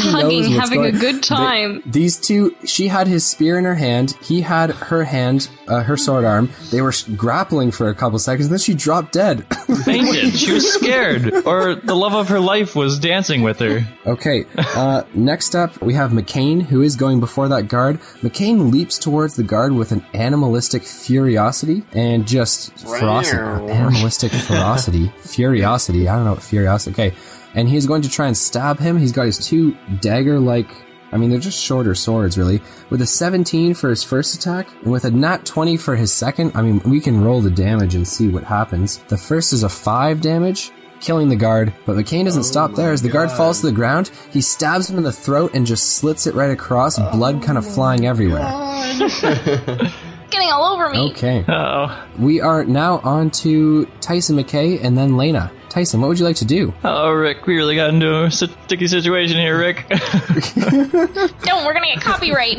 He
hugging,
knows what's
having a
going-
good time.
They- these two, she had his spear in her hand. He had her hand, uh, her sword arm. They were s- grappling for a couple seconds, then she dropped dead.
Fainted. she was scared, or the love of her life was dancing with her.
okay, uh, next up we have McCain, who is going before that guard. McCain leaps towards the guard with an animalistic furiosity and just ferocity. Animalistic ferocity. furiosity. I don't know what furiosity. Okay. And he's going to try and stab him. He's got his two dagger like I mean, they're just shorter swords, really. With a 17 for his first attack, and with a nat 20 for his second, I mean, we can roll the damage and see what happens. The first is a 5 damage, killing the guard, but McCain doesn't stop there. As the guard falls to the ground, he stabs him in the throat and just slits it right across, blood kind of flying everywhere.
It's getting all over me.
Okay.
Oh,
We are now on to Tyson McKay and then Lena. Tyson, what would you like to do?
oh, Rick, we really got into a si- sticky situation here, Rick.
Don't, we're gonna get copyright.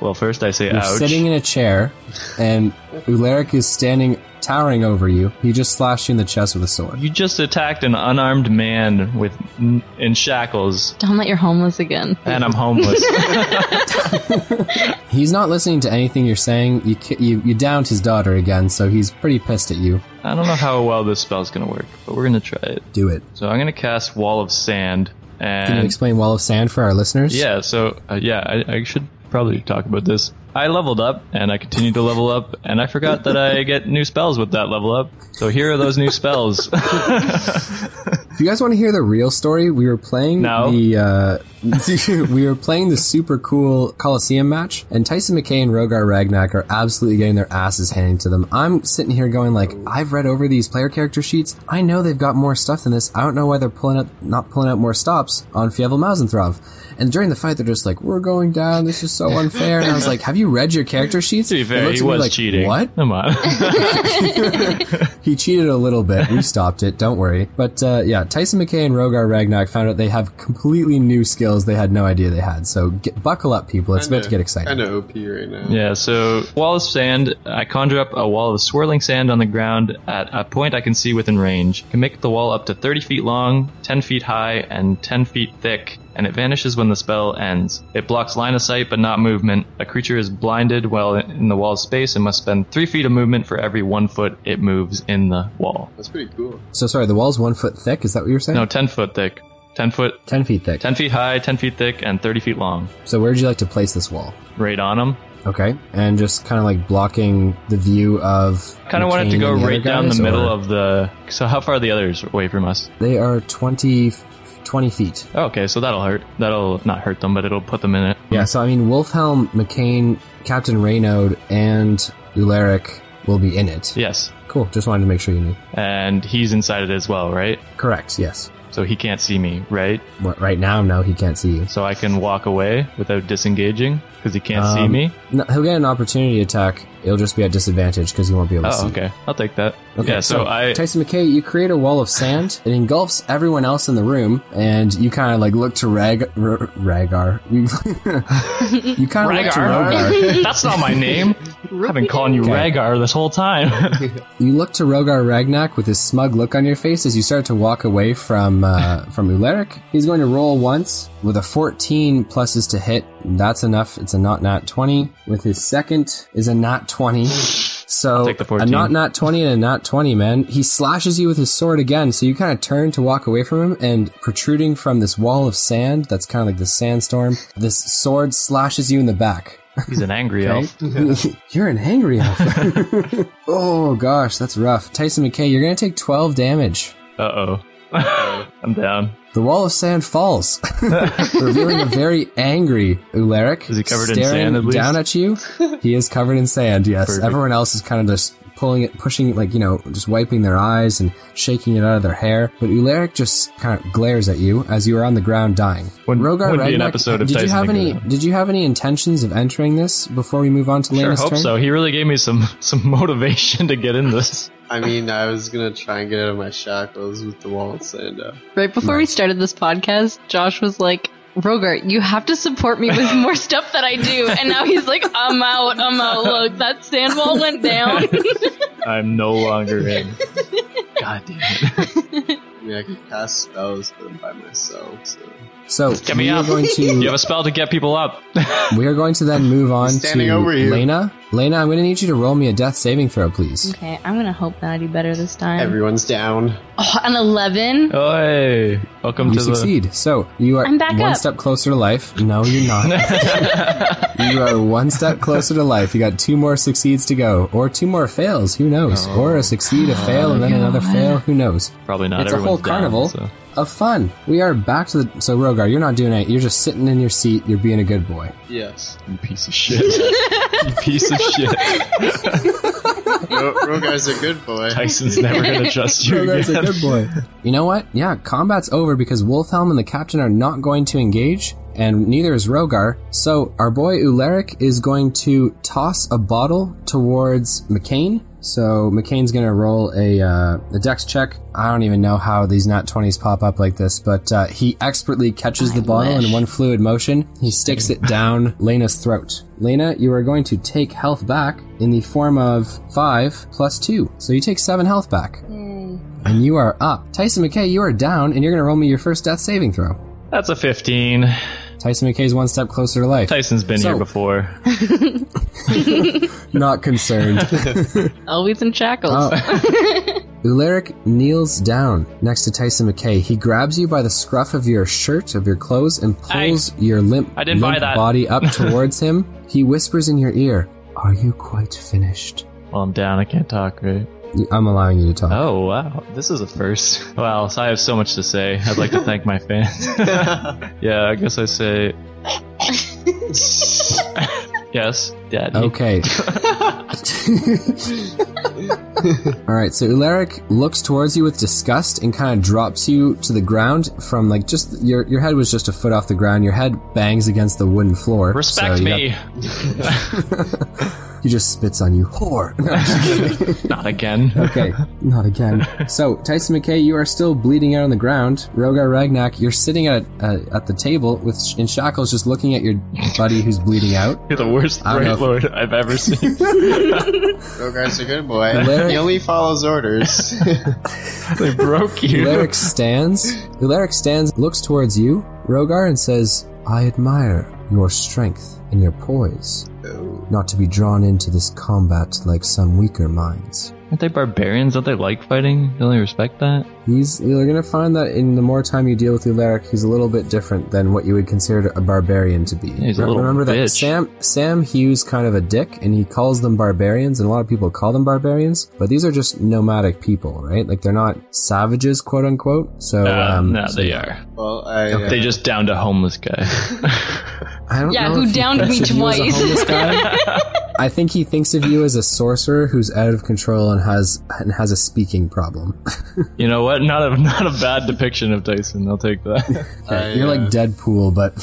well, first I say,
You're
ouch.
sitting in a chair, and Ularic is standing towering over you. He just slashed you in the chest with a sword.
you just attacked an unarmed man with n- in shackles,
Don't let you're homeless again.
and I'm homeless.
He's not listening to anything you're saying. You, ki- you you downed his daughter again, so he's pretty pissed at you.
I don't know how well this spell's gonna work, but we're gonna try it.
Do it.
So I'm gonna cast Wall of Sand,
Can you
and
explain Wall of Sand for our listeners?
Yeah, so uh, yeah, I, I should probably talk about this. I leveled up, and I continued to level up, and I forgot that I get new spells with that level up. So here are those new spells.
If you guys want to hear the real story, we were playing
No.
the uh, we were playing the super cool Coliseum match, and Tyson McKay and Rogar Ragnak are absolutely getting their asses handed to them. I'm sitting here going like, I've read over these player character sheets. I know they've got more stuff than this. I don't know why they're pulling up, not pulling out more stops on Fievel Mausenthrov. And during the fight, they're just like, "We're going down. This is so unfair." And I was like, "Have you read your character sheets?"
to be
They
fair,
looked
he
at me
was
like,
cheating.
What?
Come on.
He cheated a little bit. We stopped it. Don't worry. But uh, yeah, Tyson McKay and Rogar Ragnarok found out they have completely new skills they had no idea they had. So get, buckle up, people. It's about to get exciting.
Kind of OP right now.
yeah. So wall of sand. I conjure up a wall of swirling sand on the ground at a point I can see within range. Can make the wall up to 30 feet long, 10 feet high, and 10 feet thick. And it vanishes when the spell ends. It blocks line of sight but not movement. A creature is blinded while in the wall's space and must spend three feet of movement for every one foot it moves in the wall.
That's pretty cool.
So sorry, the wall's one foot thick. Is that what you were saying?
No, 10 foot thick. 10 foot,
ten feet thick.
10 feet high, 10 feet thick, and 30 feet long.
So where would you like to place this wall?
Right on them.
Okay, and just kind of like blocking the view of.
Kind of wanted to
McCain
go
and the other
right down the
guys,
middle
or-
of the. So how far are the others away from us?
They are 20, 20 feet.
Oh, okay, so that'll hurt. That'll not hurt them, but it'll put them in it.
Yeah, so I mean, Wolfhelm, McCain, Captain Reynold, and Ularic will be in it.
Yes,
Cool. Just wanted to make sure you knew.
and he's inside it as well, right?
Correct. Yes.
So he can't see me, right?
What, right now, no, he can't see you.
So I can walk away without disengaging because he can't see
Um,
me.
No, he'll get an opportunity attack. It'll just be at disadvantage because he won't be able to see.
Oh,
you.
okay. I'll take that. yeah, so, I
Tyson McKay, you create a wall of sand. It engulfs everyone else in the room, and you kind of like look to Rag R- Ragar. You, you kind of look to
Ragar.
Rogar.
That's not my name. I've been calling you
Okay.
Ragar this whole time.
You look to Rogar Ragnak with his smug look on your face as you start to walk away from uh, from Uleric. He's going to roll once with a 14 pluses to hit. That's enough. It's a not nat 20. With his second is a nat 20. So
take the
a
14.
not nat 20 and a nat 20, man. He slashes you with his sword again. So you kind of turn to walk away from him, and protruding from this wall of sand, that's kind of like the sandstorm. This sword slashes you in the back.
He's an angry elf.
You're an angry elf. oh gosh, that's rough. Tyson McKay, you're gonna take 12 damage.
Uh oh. I'm down.
The wall of sand falls, revealing a very angry Ularic.
Is he covered in
staring
sand, at least?
down at you? He is covered in sand. Yes.
Perfect.
Everyone else is kind of just pulling it, pushing, it, like you know, just wiping their eyes and shaking it out of their hair. But Ularic just kind of glares at you as you are on the ground dying.
Wouldn't-
Rogar
wouldn't be an
Ragnak,
episode of
did you
Tyson
have
and
any?
Gundam.
Did you have any intentions of entering this before we move on to
Sure,
Lena's
hope
turn?
so. He really gave me some some motivation to get in this.
I mean, I was gonna try and get out of my shackles with the uh, wall of sand up.
Right before we started this podcast, Josh was like, Rogart, you have to support me with more stuff that I do. And now he's like, I'm out, I'm out. Look, that sand wall went down.
I'm no longer in. God damn it.
I mean, I could cast spells, but by myself. So.
So
Get me
we are
up.
going
You
to
have a spell to get people up.
we are going to then move on
He's standing
to
over you.
Lena. Lena, I'm going to need you to roll me a death saving throw, please.
okay, I'm going to hope that I do better this time.
Everyone's down.
Oh, an 11?
Oi. Welcome
You
to
succeed. So you are
I'm back
one
up.
step closer to life. No, you're not.
the
you are one step closer to life. You got two more succeeds to go, or two more fails. Who knows?
Oh.
Or a succeed, a fail, and then another fail. Who knows?
Probably not
It's a whole
everyone's down,
carnival.
so-
Of fun. We are back to the. So Rogar, you're not doing it. You're just sitting in your seat. You're being a good boy.
Yes.
You piece of shit. you piece of shit.
Ro- Rogar's a good boy.
Tyson's never gonna trust you
Rogar's
again.
a good boy. You know what? Yeah, combat's over because Wolfhelm and the captain are not going to engage, and neither is Rogar. So our boy Ularic is going to toss a bottle towards McCain. So McCain's going to roll a uh, a dex check. I don't even know how these nat twenties pop up like this, but uh, he expertly catches the bottle in one fluid motion. He sticks it down Lena's throat. Lena, you are going to take health back in the form of five plus two. So you take seven health back. And you are up. Tyson McKay, you are down, and you're going to roll me your first death saving throw.
That's a 15.
Tyson McKay's one step closer to life.
Tyson's been
So-
here before.
Not concerned.
Always in shackles.
Oh. Ularic kneels down next to Tyson McKay. He grabs you by the scruff of your shirt, of your clothes, and pulls your limp,
I didn't buy
limp
that.
body up towards him. He whispers in your ear, Are you quite finished?
Well, I'm down. I can't talk, right?
You- I'm allowing you to talk.
Oh, wow. This is a first. Wow, so I have so much to say. I'd like to thank my fans. yeah, I guess I say. yes, Daddy.
Okay. All right, so Ularic looks towards you with disgust and kind of drops you to the ground from like just your your head was just a foot off the ground. Your head bangs against the wooden floor.
Respect
so you
me.
got- he just spits on you, whore. No, I'm just kidding.
Not again.
okay, not again. So Tyson McKay, you are still bleeding out on the ground. Rogar Ragnak, you're sitting at uh, at the table with sh- in shackles, just looking at your buddy who's bleading out.
You're the worst
I don't know if-
Great Lord I've ever seen.
Rogar's a good boy.
Larry-
He only follows orders.
they broke you.
Ularic stands. Ularic stands, looks towards you, Rogar, and says, "I admire your strength and your poise, not to be drawn into this combat like some weaker minds."
Aren't they barbarians? Don't they like fighting? Don't they respect that?
He's you're gonna find that in the more time you deal with Ularic, he's a little bit different than what you would consider a barbarian to be.
he's a little
Remember that
bitch.
Sam Sam Hughes kind of a dick, and he calls them barbarians, and a lot of people call them barbarians, but these are just nomadic people, right? Like they're not savages, quote unquote. So um,
Uh, no, they are.
well, I. uh,
They just downed a homeless guy.
I don't
Yeah,
know
who
if he
downed me
pictured you as a
twice.
homeless guy. I think he thinks of you as a sorcerer who's out of control and has and has a speaking problem.
You know what? Not a not a bad depiction of Tyson. I'll take that.
I,
You're
uh,
like Deadpool, but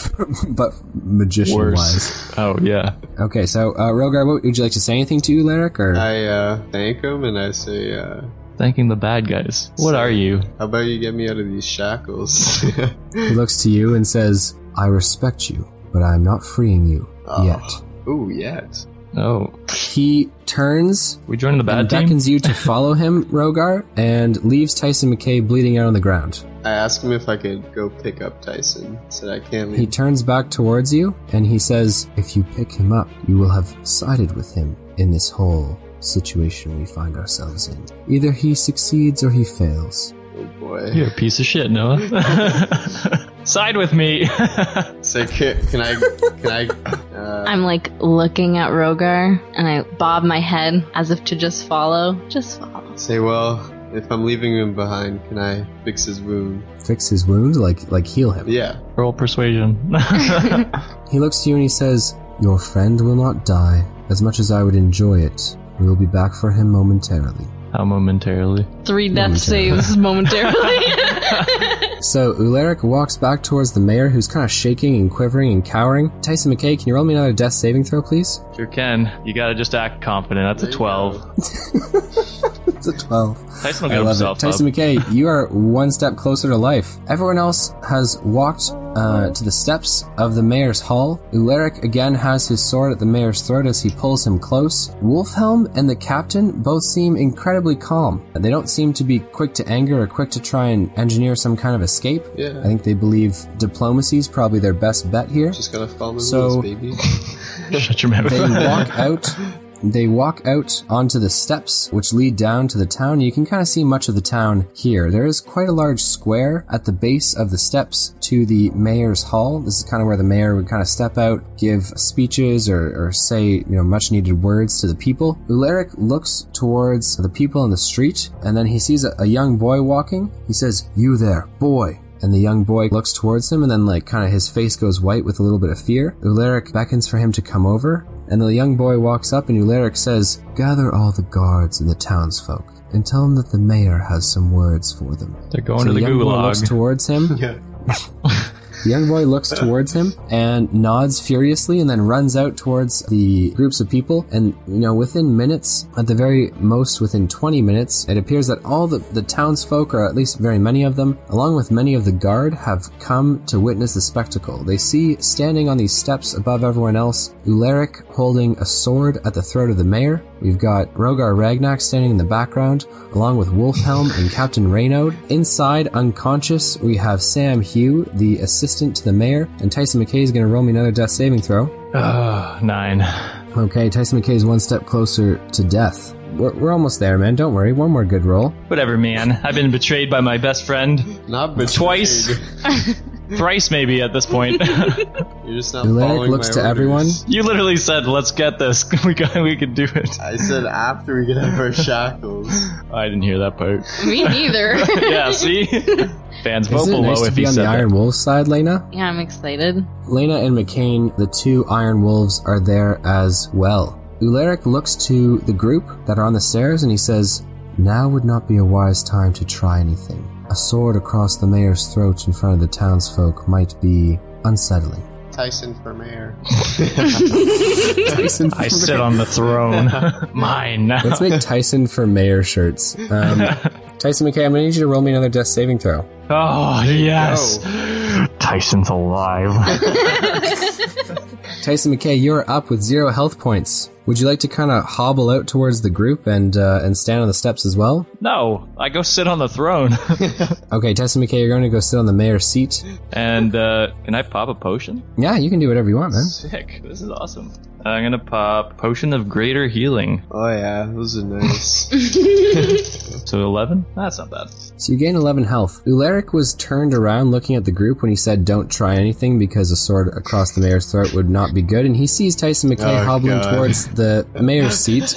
but magician wise.
Oh yeah.
Okay, so uh, Rogar, what, would you like to say anything to Larrick? Or
I uh, thank him and I say, uh,
Thanking the bad guys. What are you?
how about you get me out of these shackles?
he looks to you and says, "I respect you, but I'm not freeing you
Oh.
yet."
Ooh, yes.
Oh,
He turns
we joined the
and
bad team.
beckons you to follow him, Rogar, and leaves Tyson McKay bleeding out on the ground.
I asked him if I could go pick up Tyson. Said I can't
He
leave.
turns back towards you and he says, "If you pick him up, you will have sided with him in this whole situation we find ourselves in. Either he succeeds or he fails."
Oh boy.
You're a piece of shit, Noah. Side with me.
So can, can I? Can I? Uh,
I'm like looking at Rogar and I bob my head as if to just follow. Just follow.
say, well, if I'm leaving him behind, can I fix his wound?
Fix his wound, like like heal him.
Yeah.
Roll persuasion.
He looks to you and he says, Your friend will not die. As much as I would enjoy it, we will be back for him momentarily.
How momentarily.
Three death
Momentarily.
saves momentarily.
So Ularic walks back towards the mayor, who's kind of shaking and quivering and cowering. Tyson McKay, can you roll me another death saving throw, please?
Sure can. You gotta just act confident. That's
There
a
you
twelve.
It's a 12.
Tyson will
I
get
love
himself
it. Tyson McKay, you are one step closer to life. Everyone else has walked uh, to the steps of the mayor's hall. Ularic again has his sword at the mayor's throat as he pulls him close. Wolfhelm and the captain both seem incredibly calm. They don't seem to be quick to anger or quick to try and engineer some kind of escape.
Yeah.
I think they believe diplomacy is probably their best bet here.
Just gotta follow the
So-
rules, baby.
up. Shut your mouth.
They walk out. They walk out onto the steps which lead down to the town. You can kind of see much of the town here. There is quite a large square at the base of the steps to the mayor's hall. This is kind of where the mayor would kind of step out, give speeches or, or say, you know, much needed words to the people. Ularic looks towards the people in the street and then he sees a, a young boy walking. He says, You there, boy. And the young boy looks towards him, and then, like, kind of his face goes white with a little bit of fear. Ularic beckons for him to come over, and the young boy walks up, and Ularic says, Gather all the guards and the townsfolk, and tell them that the mayor has some words for them.
They're going
So
to the,
young boy looks
gulag.
towards him.
yeah.
The young boy looks towards him and nods furiously and then runs out towards the groups of people. And, you know, within minutes, at the very most within 20 minutes, it appears that all the, the townsfolk, or at least very many of them, along with many of the guard, have come to witness the spectacle. They see standing on these steps above everyone else, Ularic holding a sword at the throat of the mayor. We've got Rogar Ragnak standing in the background, along with Wolfhelm and Captain Reynold. Inside, unconscious, we have Sam Hugh, the assistant to the mayor, and Tyson McKay is going to roll me another death saving throw.
Ah, nine.
Okay, Tyson McKay is one step closer to death. We're, we're almost there, man. Don't worry. One more good roll.
Whatever, man. I've been betrayed by my best friend
Not betrayed.
Twice. thrice, maybe at this point.
You're just not
Ularic
following
looks
my
to
orders.
everyone.
you literally said, "Let's get this. we got, we could do it." Oh,
I said after we get out of our shackles.
I didn't hear that part.
Me neither.
yeah, see? Fans vote
Isn't it
below
nice to
if
be
he
on
said
the Iron
that.
Wolves side, Lena?
Yeah, I'm excited.
Lena and McCain, the two Iron Wolves, are there as well. Ularic looks to the group that are on the stairs and he says, Now would not be a wise time to try anything. A sword across the mayor's throat in front of the townsfolk might be unsettling.
Tyson for mayor.
Tyson
I sit on the throne. Mine.
Let's make Tyson for mayor shirts. Um, Tyson McKay, I'm going to need you to roll me another death saving throw.
oh, yes. Tyson's alive.
Tyson McKay, you're up with zero health points. Would you like to kind of hobble out towards the group and uh, and stand on the steps as well?
no, I go sit on the throne.
Okay, Tyson McKay, you're going to go sit on the mayor's seat.
and uh, can I pop a potion?
Yeah, you can do whatever you want, man.
Sick. This is awesome. I'm going to pop Potion of Greater Healing.
Oh yeah, those are nice.
So 11? That's not bad.
So you gain 11 health. Ularic was turned around looking at the group when he said, Don't try anything because a sword across the mayor's throat would not be good. And he sees Tyson McKay
Oh,
hobbling
God.
towards the mayor's seat.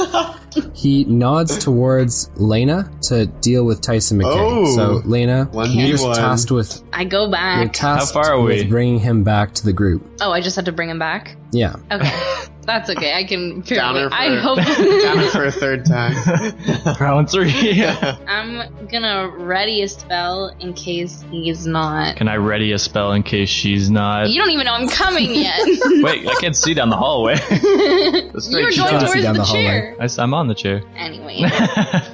He nods towards Lena to deal with Tyson McKay.
Oh.
so, Lena,
One
you're just
v one.
tasked with,
I go
you're
back.
tasked
far are we?
with bringing him back to the group.
Oh, I just had to bring him back.
Yeah.
Okay. That's okay. I can.
Downer for-
I hope.
Down it for a third time.
Round three.
I'm gonna ready a spell in case he's not.
Can I ready a spell in case she's not?
You don't even know I'm coming yet.
Wait, I can't see down the hallway. That's
You're
great.
She's
going towards
down
the,
the hallway.
chair.
I, am on the chair.
Anyway,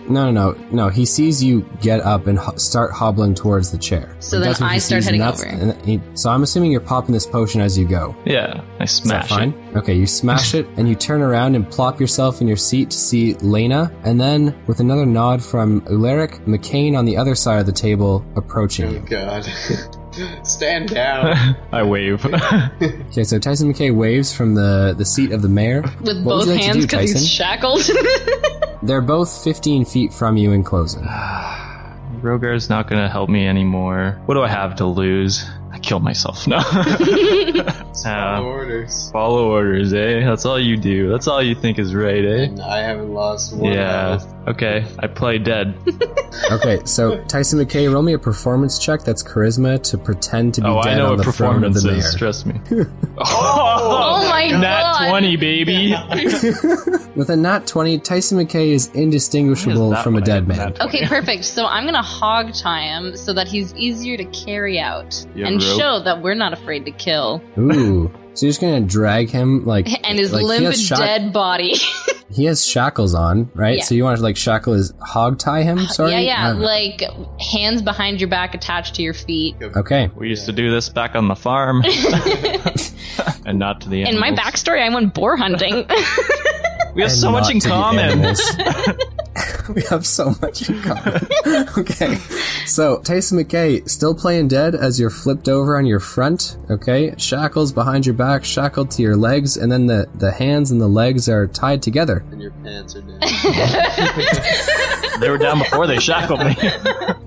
No, no, no, no. He sees you get up and ho- start hobbling towards the chair.
So then
what
I
he
start
sees, and
heading
that's- and he- so I'm assuming you're popping this potion as you go.
yeah, I
Is that
smash
fine?
it.
Okay, you smash it and you turn around and plop yourself in your seat to see Lena, and then with another nod from Ularic, McCain on the other side of the table approaching
Oh
you.
god. Stand down.
I wave.
Okay, so Tyson McKay waves from the, the seat of the mayor.
with
What would
both
you like to
hands
do,
because he's
Tyson?
shackled.
They're both 15 feet from you in closing.
Rogar's not gonna help me anymore. What do I have to lose? I kill myself. No.
Follow
Uh,
orders.
follow orders, eh? That's all you do. That's all you think is right, eh?
And I haven't lost one.
Yeah.
health.
Okay. I play dead.
Okay, so Tyson McKay, roll me a performance check that's charisma to pretend to be
Oh,
dead
I know
on
what
the throne of
performance
the mayor.
is. Trust me.
oh my
Nat
god!
20, baby.
With a nat 20, Tyson McKay is
What
indistinguishable
is that
from a
one?
dead
Nat
man.
20.
Okay, perfect. So I'm gonna hog tie him so that he's easier to carry out
You have
and
rope?
show that we're not afraid to kill.
Ooh. So you're just gonna drag him like
And his
like, he
limpid
has shock-
dead body.
He has shackles on, right?
Yeah.
So you want to like shackle his hog tie him? Sorry.
yeah, yeah.
Uh,
Like hands behind your back, attached to your feet.
okay.
We used to do this back on the farm, and not to the end.
In my backstory, I went boar hunting.
we have
And
so
not
much in
to the
common.
animals. we have so much in common. okay. So Tyson McKay still playing dead as you're flipped over on your front. Okay, shackles behind your back, shackled to your legs, and then the the hands and the legs are tied together.
And your pants are down.
they were down before they shackled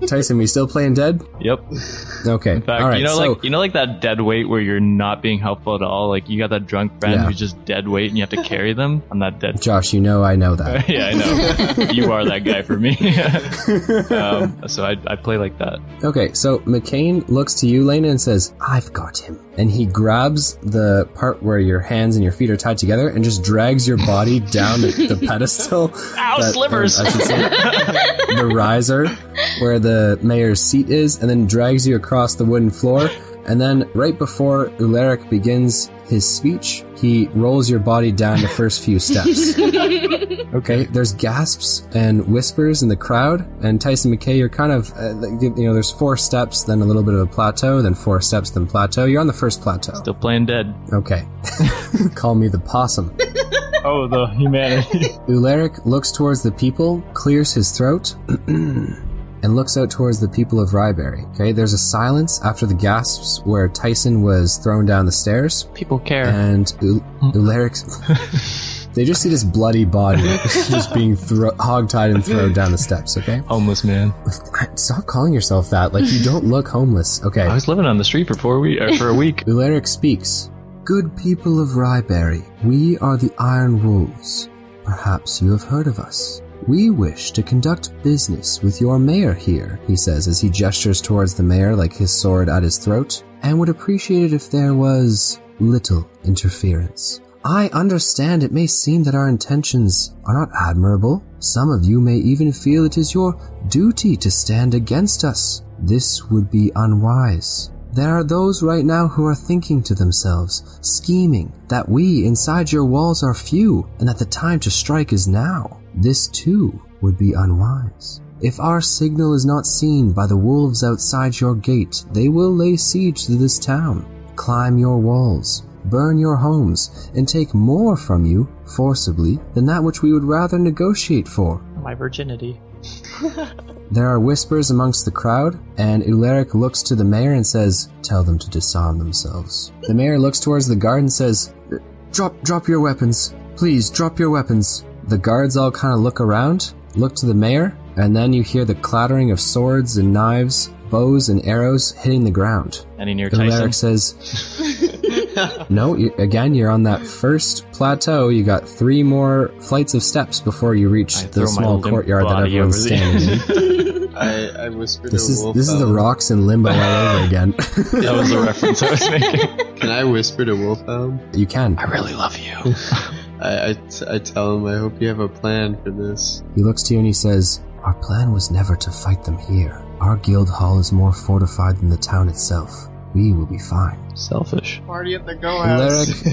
me.
Tyson, we still playing dead?
yep.
Okay.
In fact,
All right.
you know,
so
like you know, like that dead weight where you're not being helpful at all. Like you got that drunk friend
Yeah.
who's just dead weight, and you have to carry them. I'm not dead.
Josh, you know I know that.
yeah, I know. you are that guy for me. um, so I, I play like that.
Okay, so McCain looks to you, Lena, and says, I've got him. And he grabs the part where your hands and your feet are tied together and just drags your body down the, the pedestal.
Ow, slivers.
or I should say, the riser where the mayor's seat is, and then drags you across the wooden floor. And then, right before Ularic begins his speech, he rolls your body down the first few steps. Okay, there's gasps and whispers in the crowd, and Tyson McKay, you're kind of, uh, like, you know, there's four steps, then a little bit of a plateau, then four steps, then plateau. You're on the first plateau.
Still playing dead.
Okay. Call me the possum.
Oh, the humanity.
Ularic looks towards the people, clears his throat, and looks out towards the people of Ryberry. Okay, there's a silence after the gasps where Tyson was thrown down the stairs.
People care.
and U- Ularic's- they just see this bloody body just being thro- hogtied and thrown down the steps, okay?
Homeless man.
Stop calling yourself that. Like, you don't look homeless.
I
Okay.
was living on the street for four week or for a week.
Ularic speaks Good people of Ryberry, we are the Iron Wolves. Perhaps you have heard of us. We wish to conduct business with your mayor here, he says as he gestures towards the mayor like his sword at his throat, and would appreciate it if there was little interference. I understand it may seem that our intentions are not admirable. Some of you may even feel it is your duty to stand against us. This would be unwise. There are those right now who are thinking to themselves, scheming, that we inside your walls are few and that the time to strike is now. This too would be unwise. If our signal is not seen by the wolves outside your gate, they will lay siege to this town climb your walls, burn your homes, and take more from you, forcibly, than that which we would rather negotiate for.
My virginity.
There are whispers amongst the crowd, and Ularic looks to the mayor and says, Tell them to disarm themselves. The mayor looks towards the guard and says, Drop, drop your weapons. Please, drop your weapons. The guards all kind of look around, look to the mayor, and then you hear the clattering of swords and knives, bows and arrows hitting the ground.
Any near Tyson?
Ularic says, "No, you, again, you're on that first plateau. You got three more flights of steps before you
I
reach
throw
the
my
small
limp
courtyard that
body
everyone's
over the-
standing in.
I, I whispered
This
to
is
Wolf.
this is the
Elm,
rocks and limbo all over again.
That was the reference I was making.
Can I whisper to Wolfhelm?
you can.
I really love you.
I, I, t- I tell him, I hope you have a plan for this.
He looks to you and he says, Our plan was never to fight them here. Our guild hall is more fortified than the town itself. We will be fine.
Selfish.
Party at the go
house.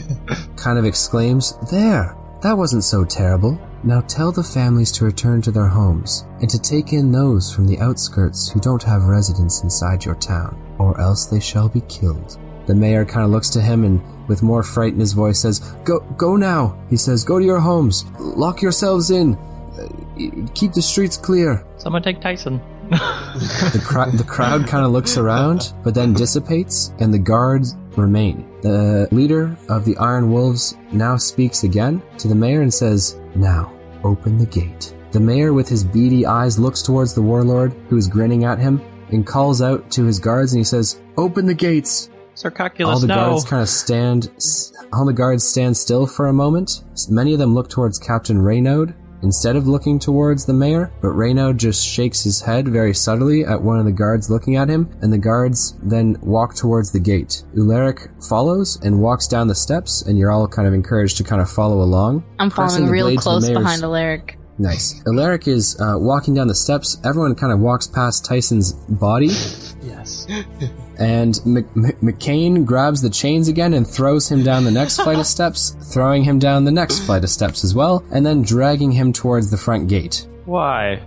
Kind of exclaims, There! That wasn't so terrible. Now tell the families to return to their homes and to take in those from the outskirts who don't have residence inside your town, or else they shall be killed. The mayor kind of looks to him and, with more fright in his voice, says, "Go, go now!" He says, "Go to your homes. Lock yourselves in. Uh, y- Keep the streets clear."
Someone take Tyson.
The, cro- the crowd kind of looks around, but then dissipates, and the guards remain. The leader of the Iron Wolves now speaks again to the mayor and says, Now, open the gate. The mayor, with his beady eyes, looks towards the warlord, who is grinning at him, and calls out to his guards and he says, Open the gates!
Sir
all
Calculus,
the
no.
guards kind of stand. s- All the guards stand still for a moment. S- Many of them look towards Captain Reynaud instead of looking towards the mayor, but Reynaud just shakes his head very subtly at one of the guards looking at him, and the guards then walk towards the gate. Ularic follows and walks down the steps, and you're all kind of encouraged to kind of follow along.
I'm
Pressing
following
the
real
blade to the
close
mayor's-
behind Alaric.
Nice. Alaric is uh, walking down the steps. Everyone kind of walks past Tyson's body,
Yes.
and Mc- Mc- McCain grabs the chains again and throws him down the next flight of steps, throwing him down the next flight of steps as well, and then dragging him towards the front gate.
Why?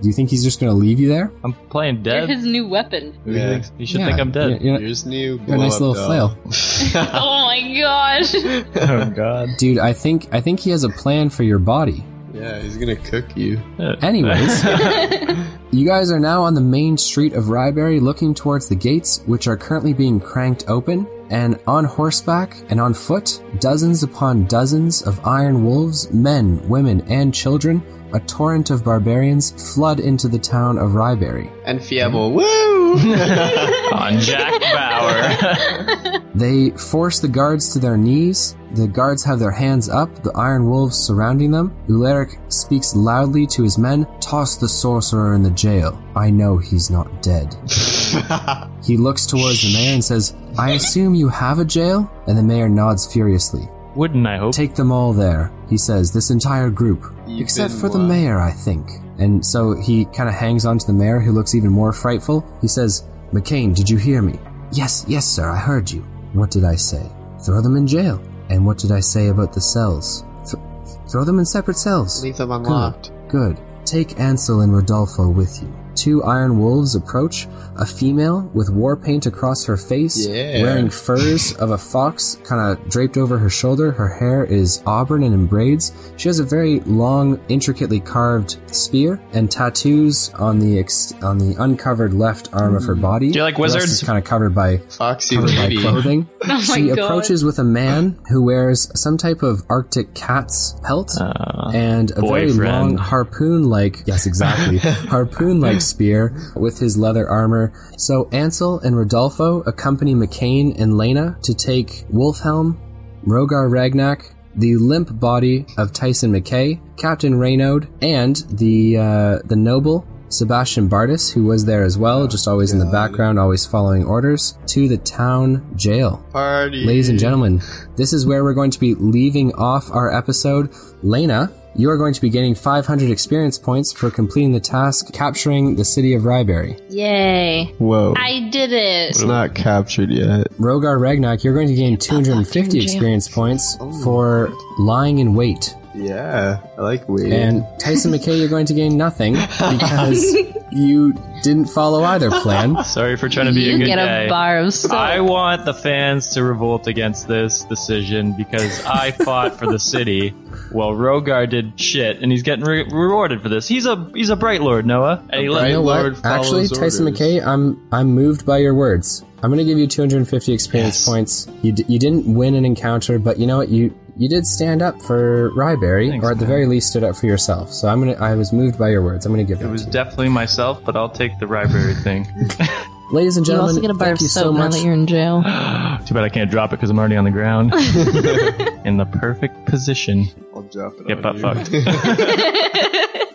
Do you think he's just going to leave you there?
I'm playing
They're
dead.
his new weapon.
Who
Yeah.
thinks- You should
Yeah,
think I'm dead.
you're- you're-
Here's new.
you're a nice
blow-up
little
doll.
flail,
Oh my gosh.
Oh God.
dude. I think I think he has a plan for your body.
yeah, he's gonna cook you.
Anyways, you guys are now on the main street of Ryberry looking towards the gates, which are currently being cranked open, and on horseback and on foot, dozens upon dozens of iron wolves, men, women, and children, a torrent of barbarians flood into the town of Ryberry.
And
Hmm?
Fiable, woo!
On Jack Bauer.
They force the guards to their knees. The guards have their hands up, the iron wolves surrounding them. Ularic speaks loudly to his men Toss the sorcerer in the jail. I know he's not dead. he looks towards the mayor and says, I assume you have a jail? And the mayor nods furiously.
Wouldn't I hope?
Take them all there, he says, this entire group.
You've
except
been
for the
what?
mayor, I think. And so he kind of hangs on to the mayor, who looks even more frightful. He says, McCain, did you hear me? Yes, yes, sir, I heard you. What did I say? Throw them in jail. And what did I say about the cells? Th- throw them in separate cells.
Leave them
unlocked.
unlocked.
Good. Take Ansel and Rodolfo with you. Two iron wolves approach, a female with war paint across her face,
Yeah.
wearing furs of a fox kind of draped over her shoulder. Her hair is auburn and in braids. She has a very long, intricately carved spear and tattoos on the ex- on the uncovered left arm of her body.
Mm-hmm. Do you like wizards?
Kind of covered by
Foxy
covered by
lady.
clothing.
Oh my
she
God.
approaches with a man who wears some type of Arctic cat's pelt
Uh,
and a very
boyfriend.
long harpoon-like yes exactly harpoon-like spear with his leather armor so ansel and rodolfo accompany mccain and lena to take wolfhelm rogar ragnak the limp body of tyson mckay captain reynaud and the uh, the noble Sebastian Bardis, who was there as well, just always in the
God.
background, always following orders, to the town jail.
Party.
Ladies and gentlemen, this is where we're going to be leaving off our episode. Lena, you are going to be gaining 500 experience points for completing the task capturing the city of Ryberry.
Yay.
Whoa.
I did it.
it's not captured yet.
Rogar Ragnak, you're going to gain 250 experience points for lying in wait.
Yeah, I like weed.
And Tyson McKay, you're going to gain nothing because you didn't follow either plan.
sorry for trying to be
you
a good
get
guy.
a bar of soap.
I want the fans to revolt against this decision because I fought for the city while Rogar did shit and he's getting re- rewarded for this. He's a he's a bright lord, Noah. And he
A
let
bright-
You know
Lord
what?
follows
Actually, Tyson
orders.
McKay, I'm I'm moved by your words. I'm going to give you 250 experience
Yes.
points. You d- you didn't win an encounter, but you know what? You you did stand up for Ryberry,
Thanks,
or at the
man.
very least stood up for yourself. So I'm gonna I was moved by your words. I'm gonna give
it
that
was
to
definitely myself, but I'll take the Ryberry thing.
you. Ladies and
you
gentlemen,
also get a bar
thank
of
you
soap
so
now
much.
that you're in jail.
Too bad I can't drop it because I'm already on the ground. In the perfect position.
I'll drop it.
Get
on
butt
you.
fucked.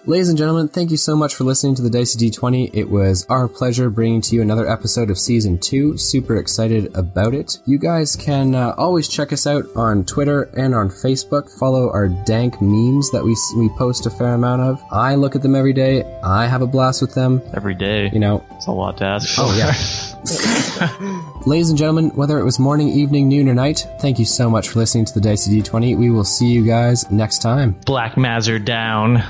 Ladies and gentlemen, thank you so much for listening to the Dicey D20. It was our pleasure bringing to you another episode of Season 2. Super excited about it. You guys can uh, always check us out on Twitter and on Facebook. Follow our dank memes that we, s- we post a fair amount of. I look at them every day. I have a blast with them.
Every day.
You know,
It's a lot to ask.
Oh,
yeah.
Ladies and gentlemen, whether it was morning, evening, noon, or night, thank you so much for listening to the Dicey D20. We will see you guys next time.
Black Mazzer down.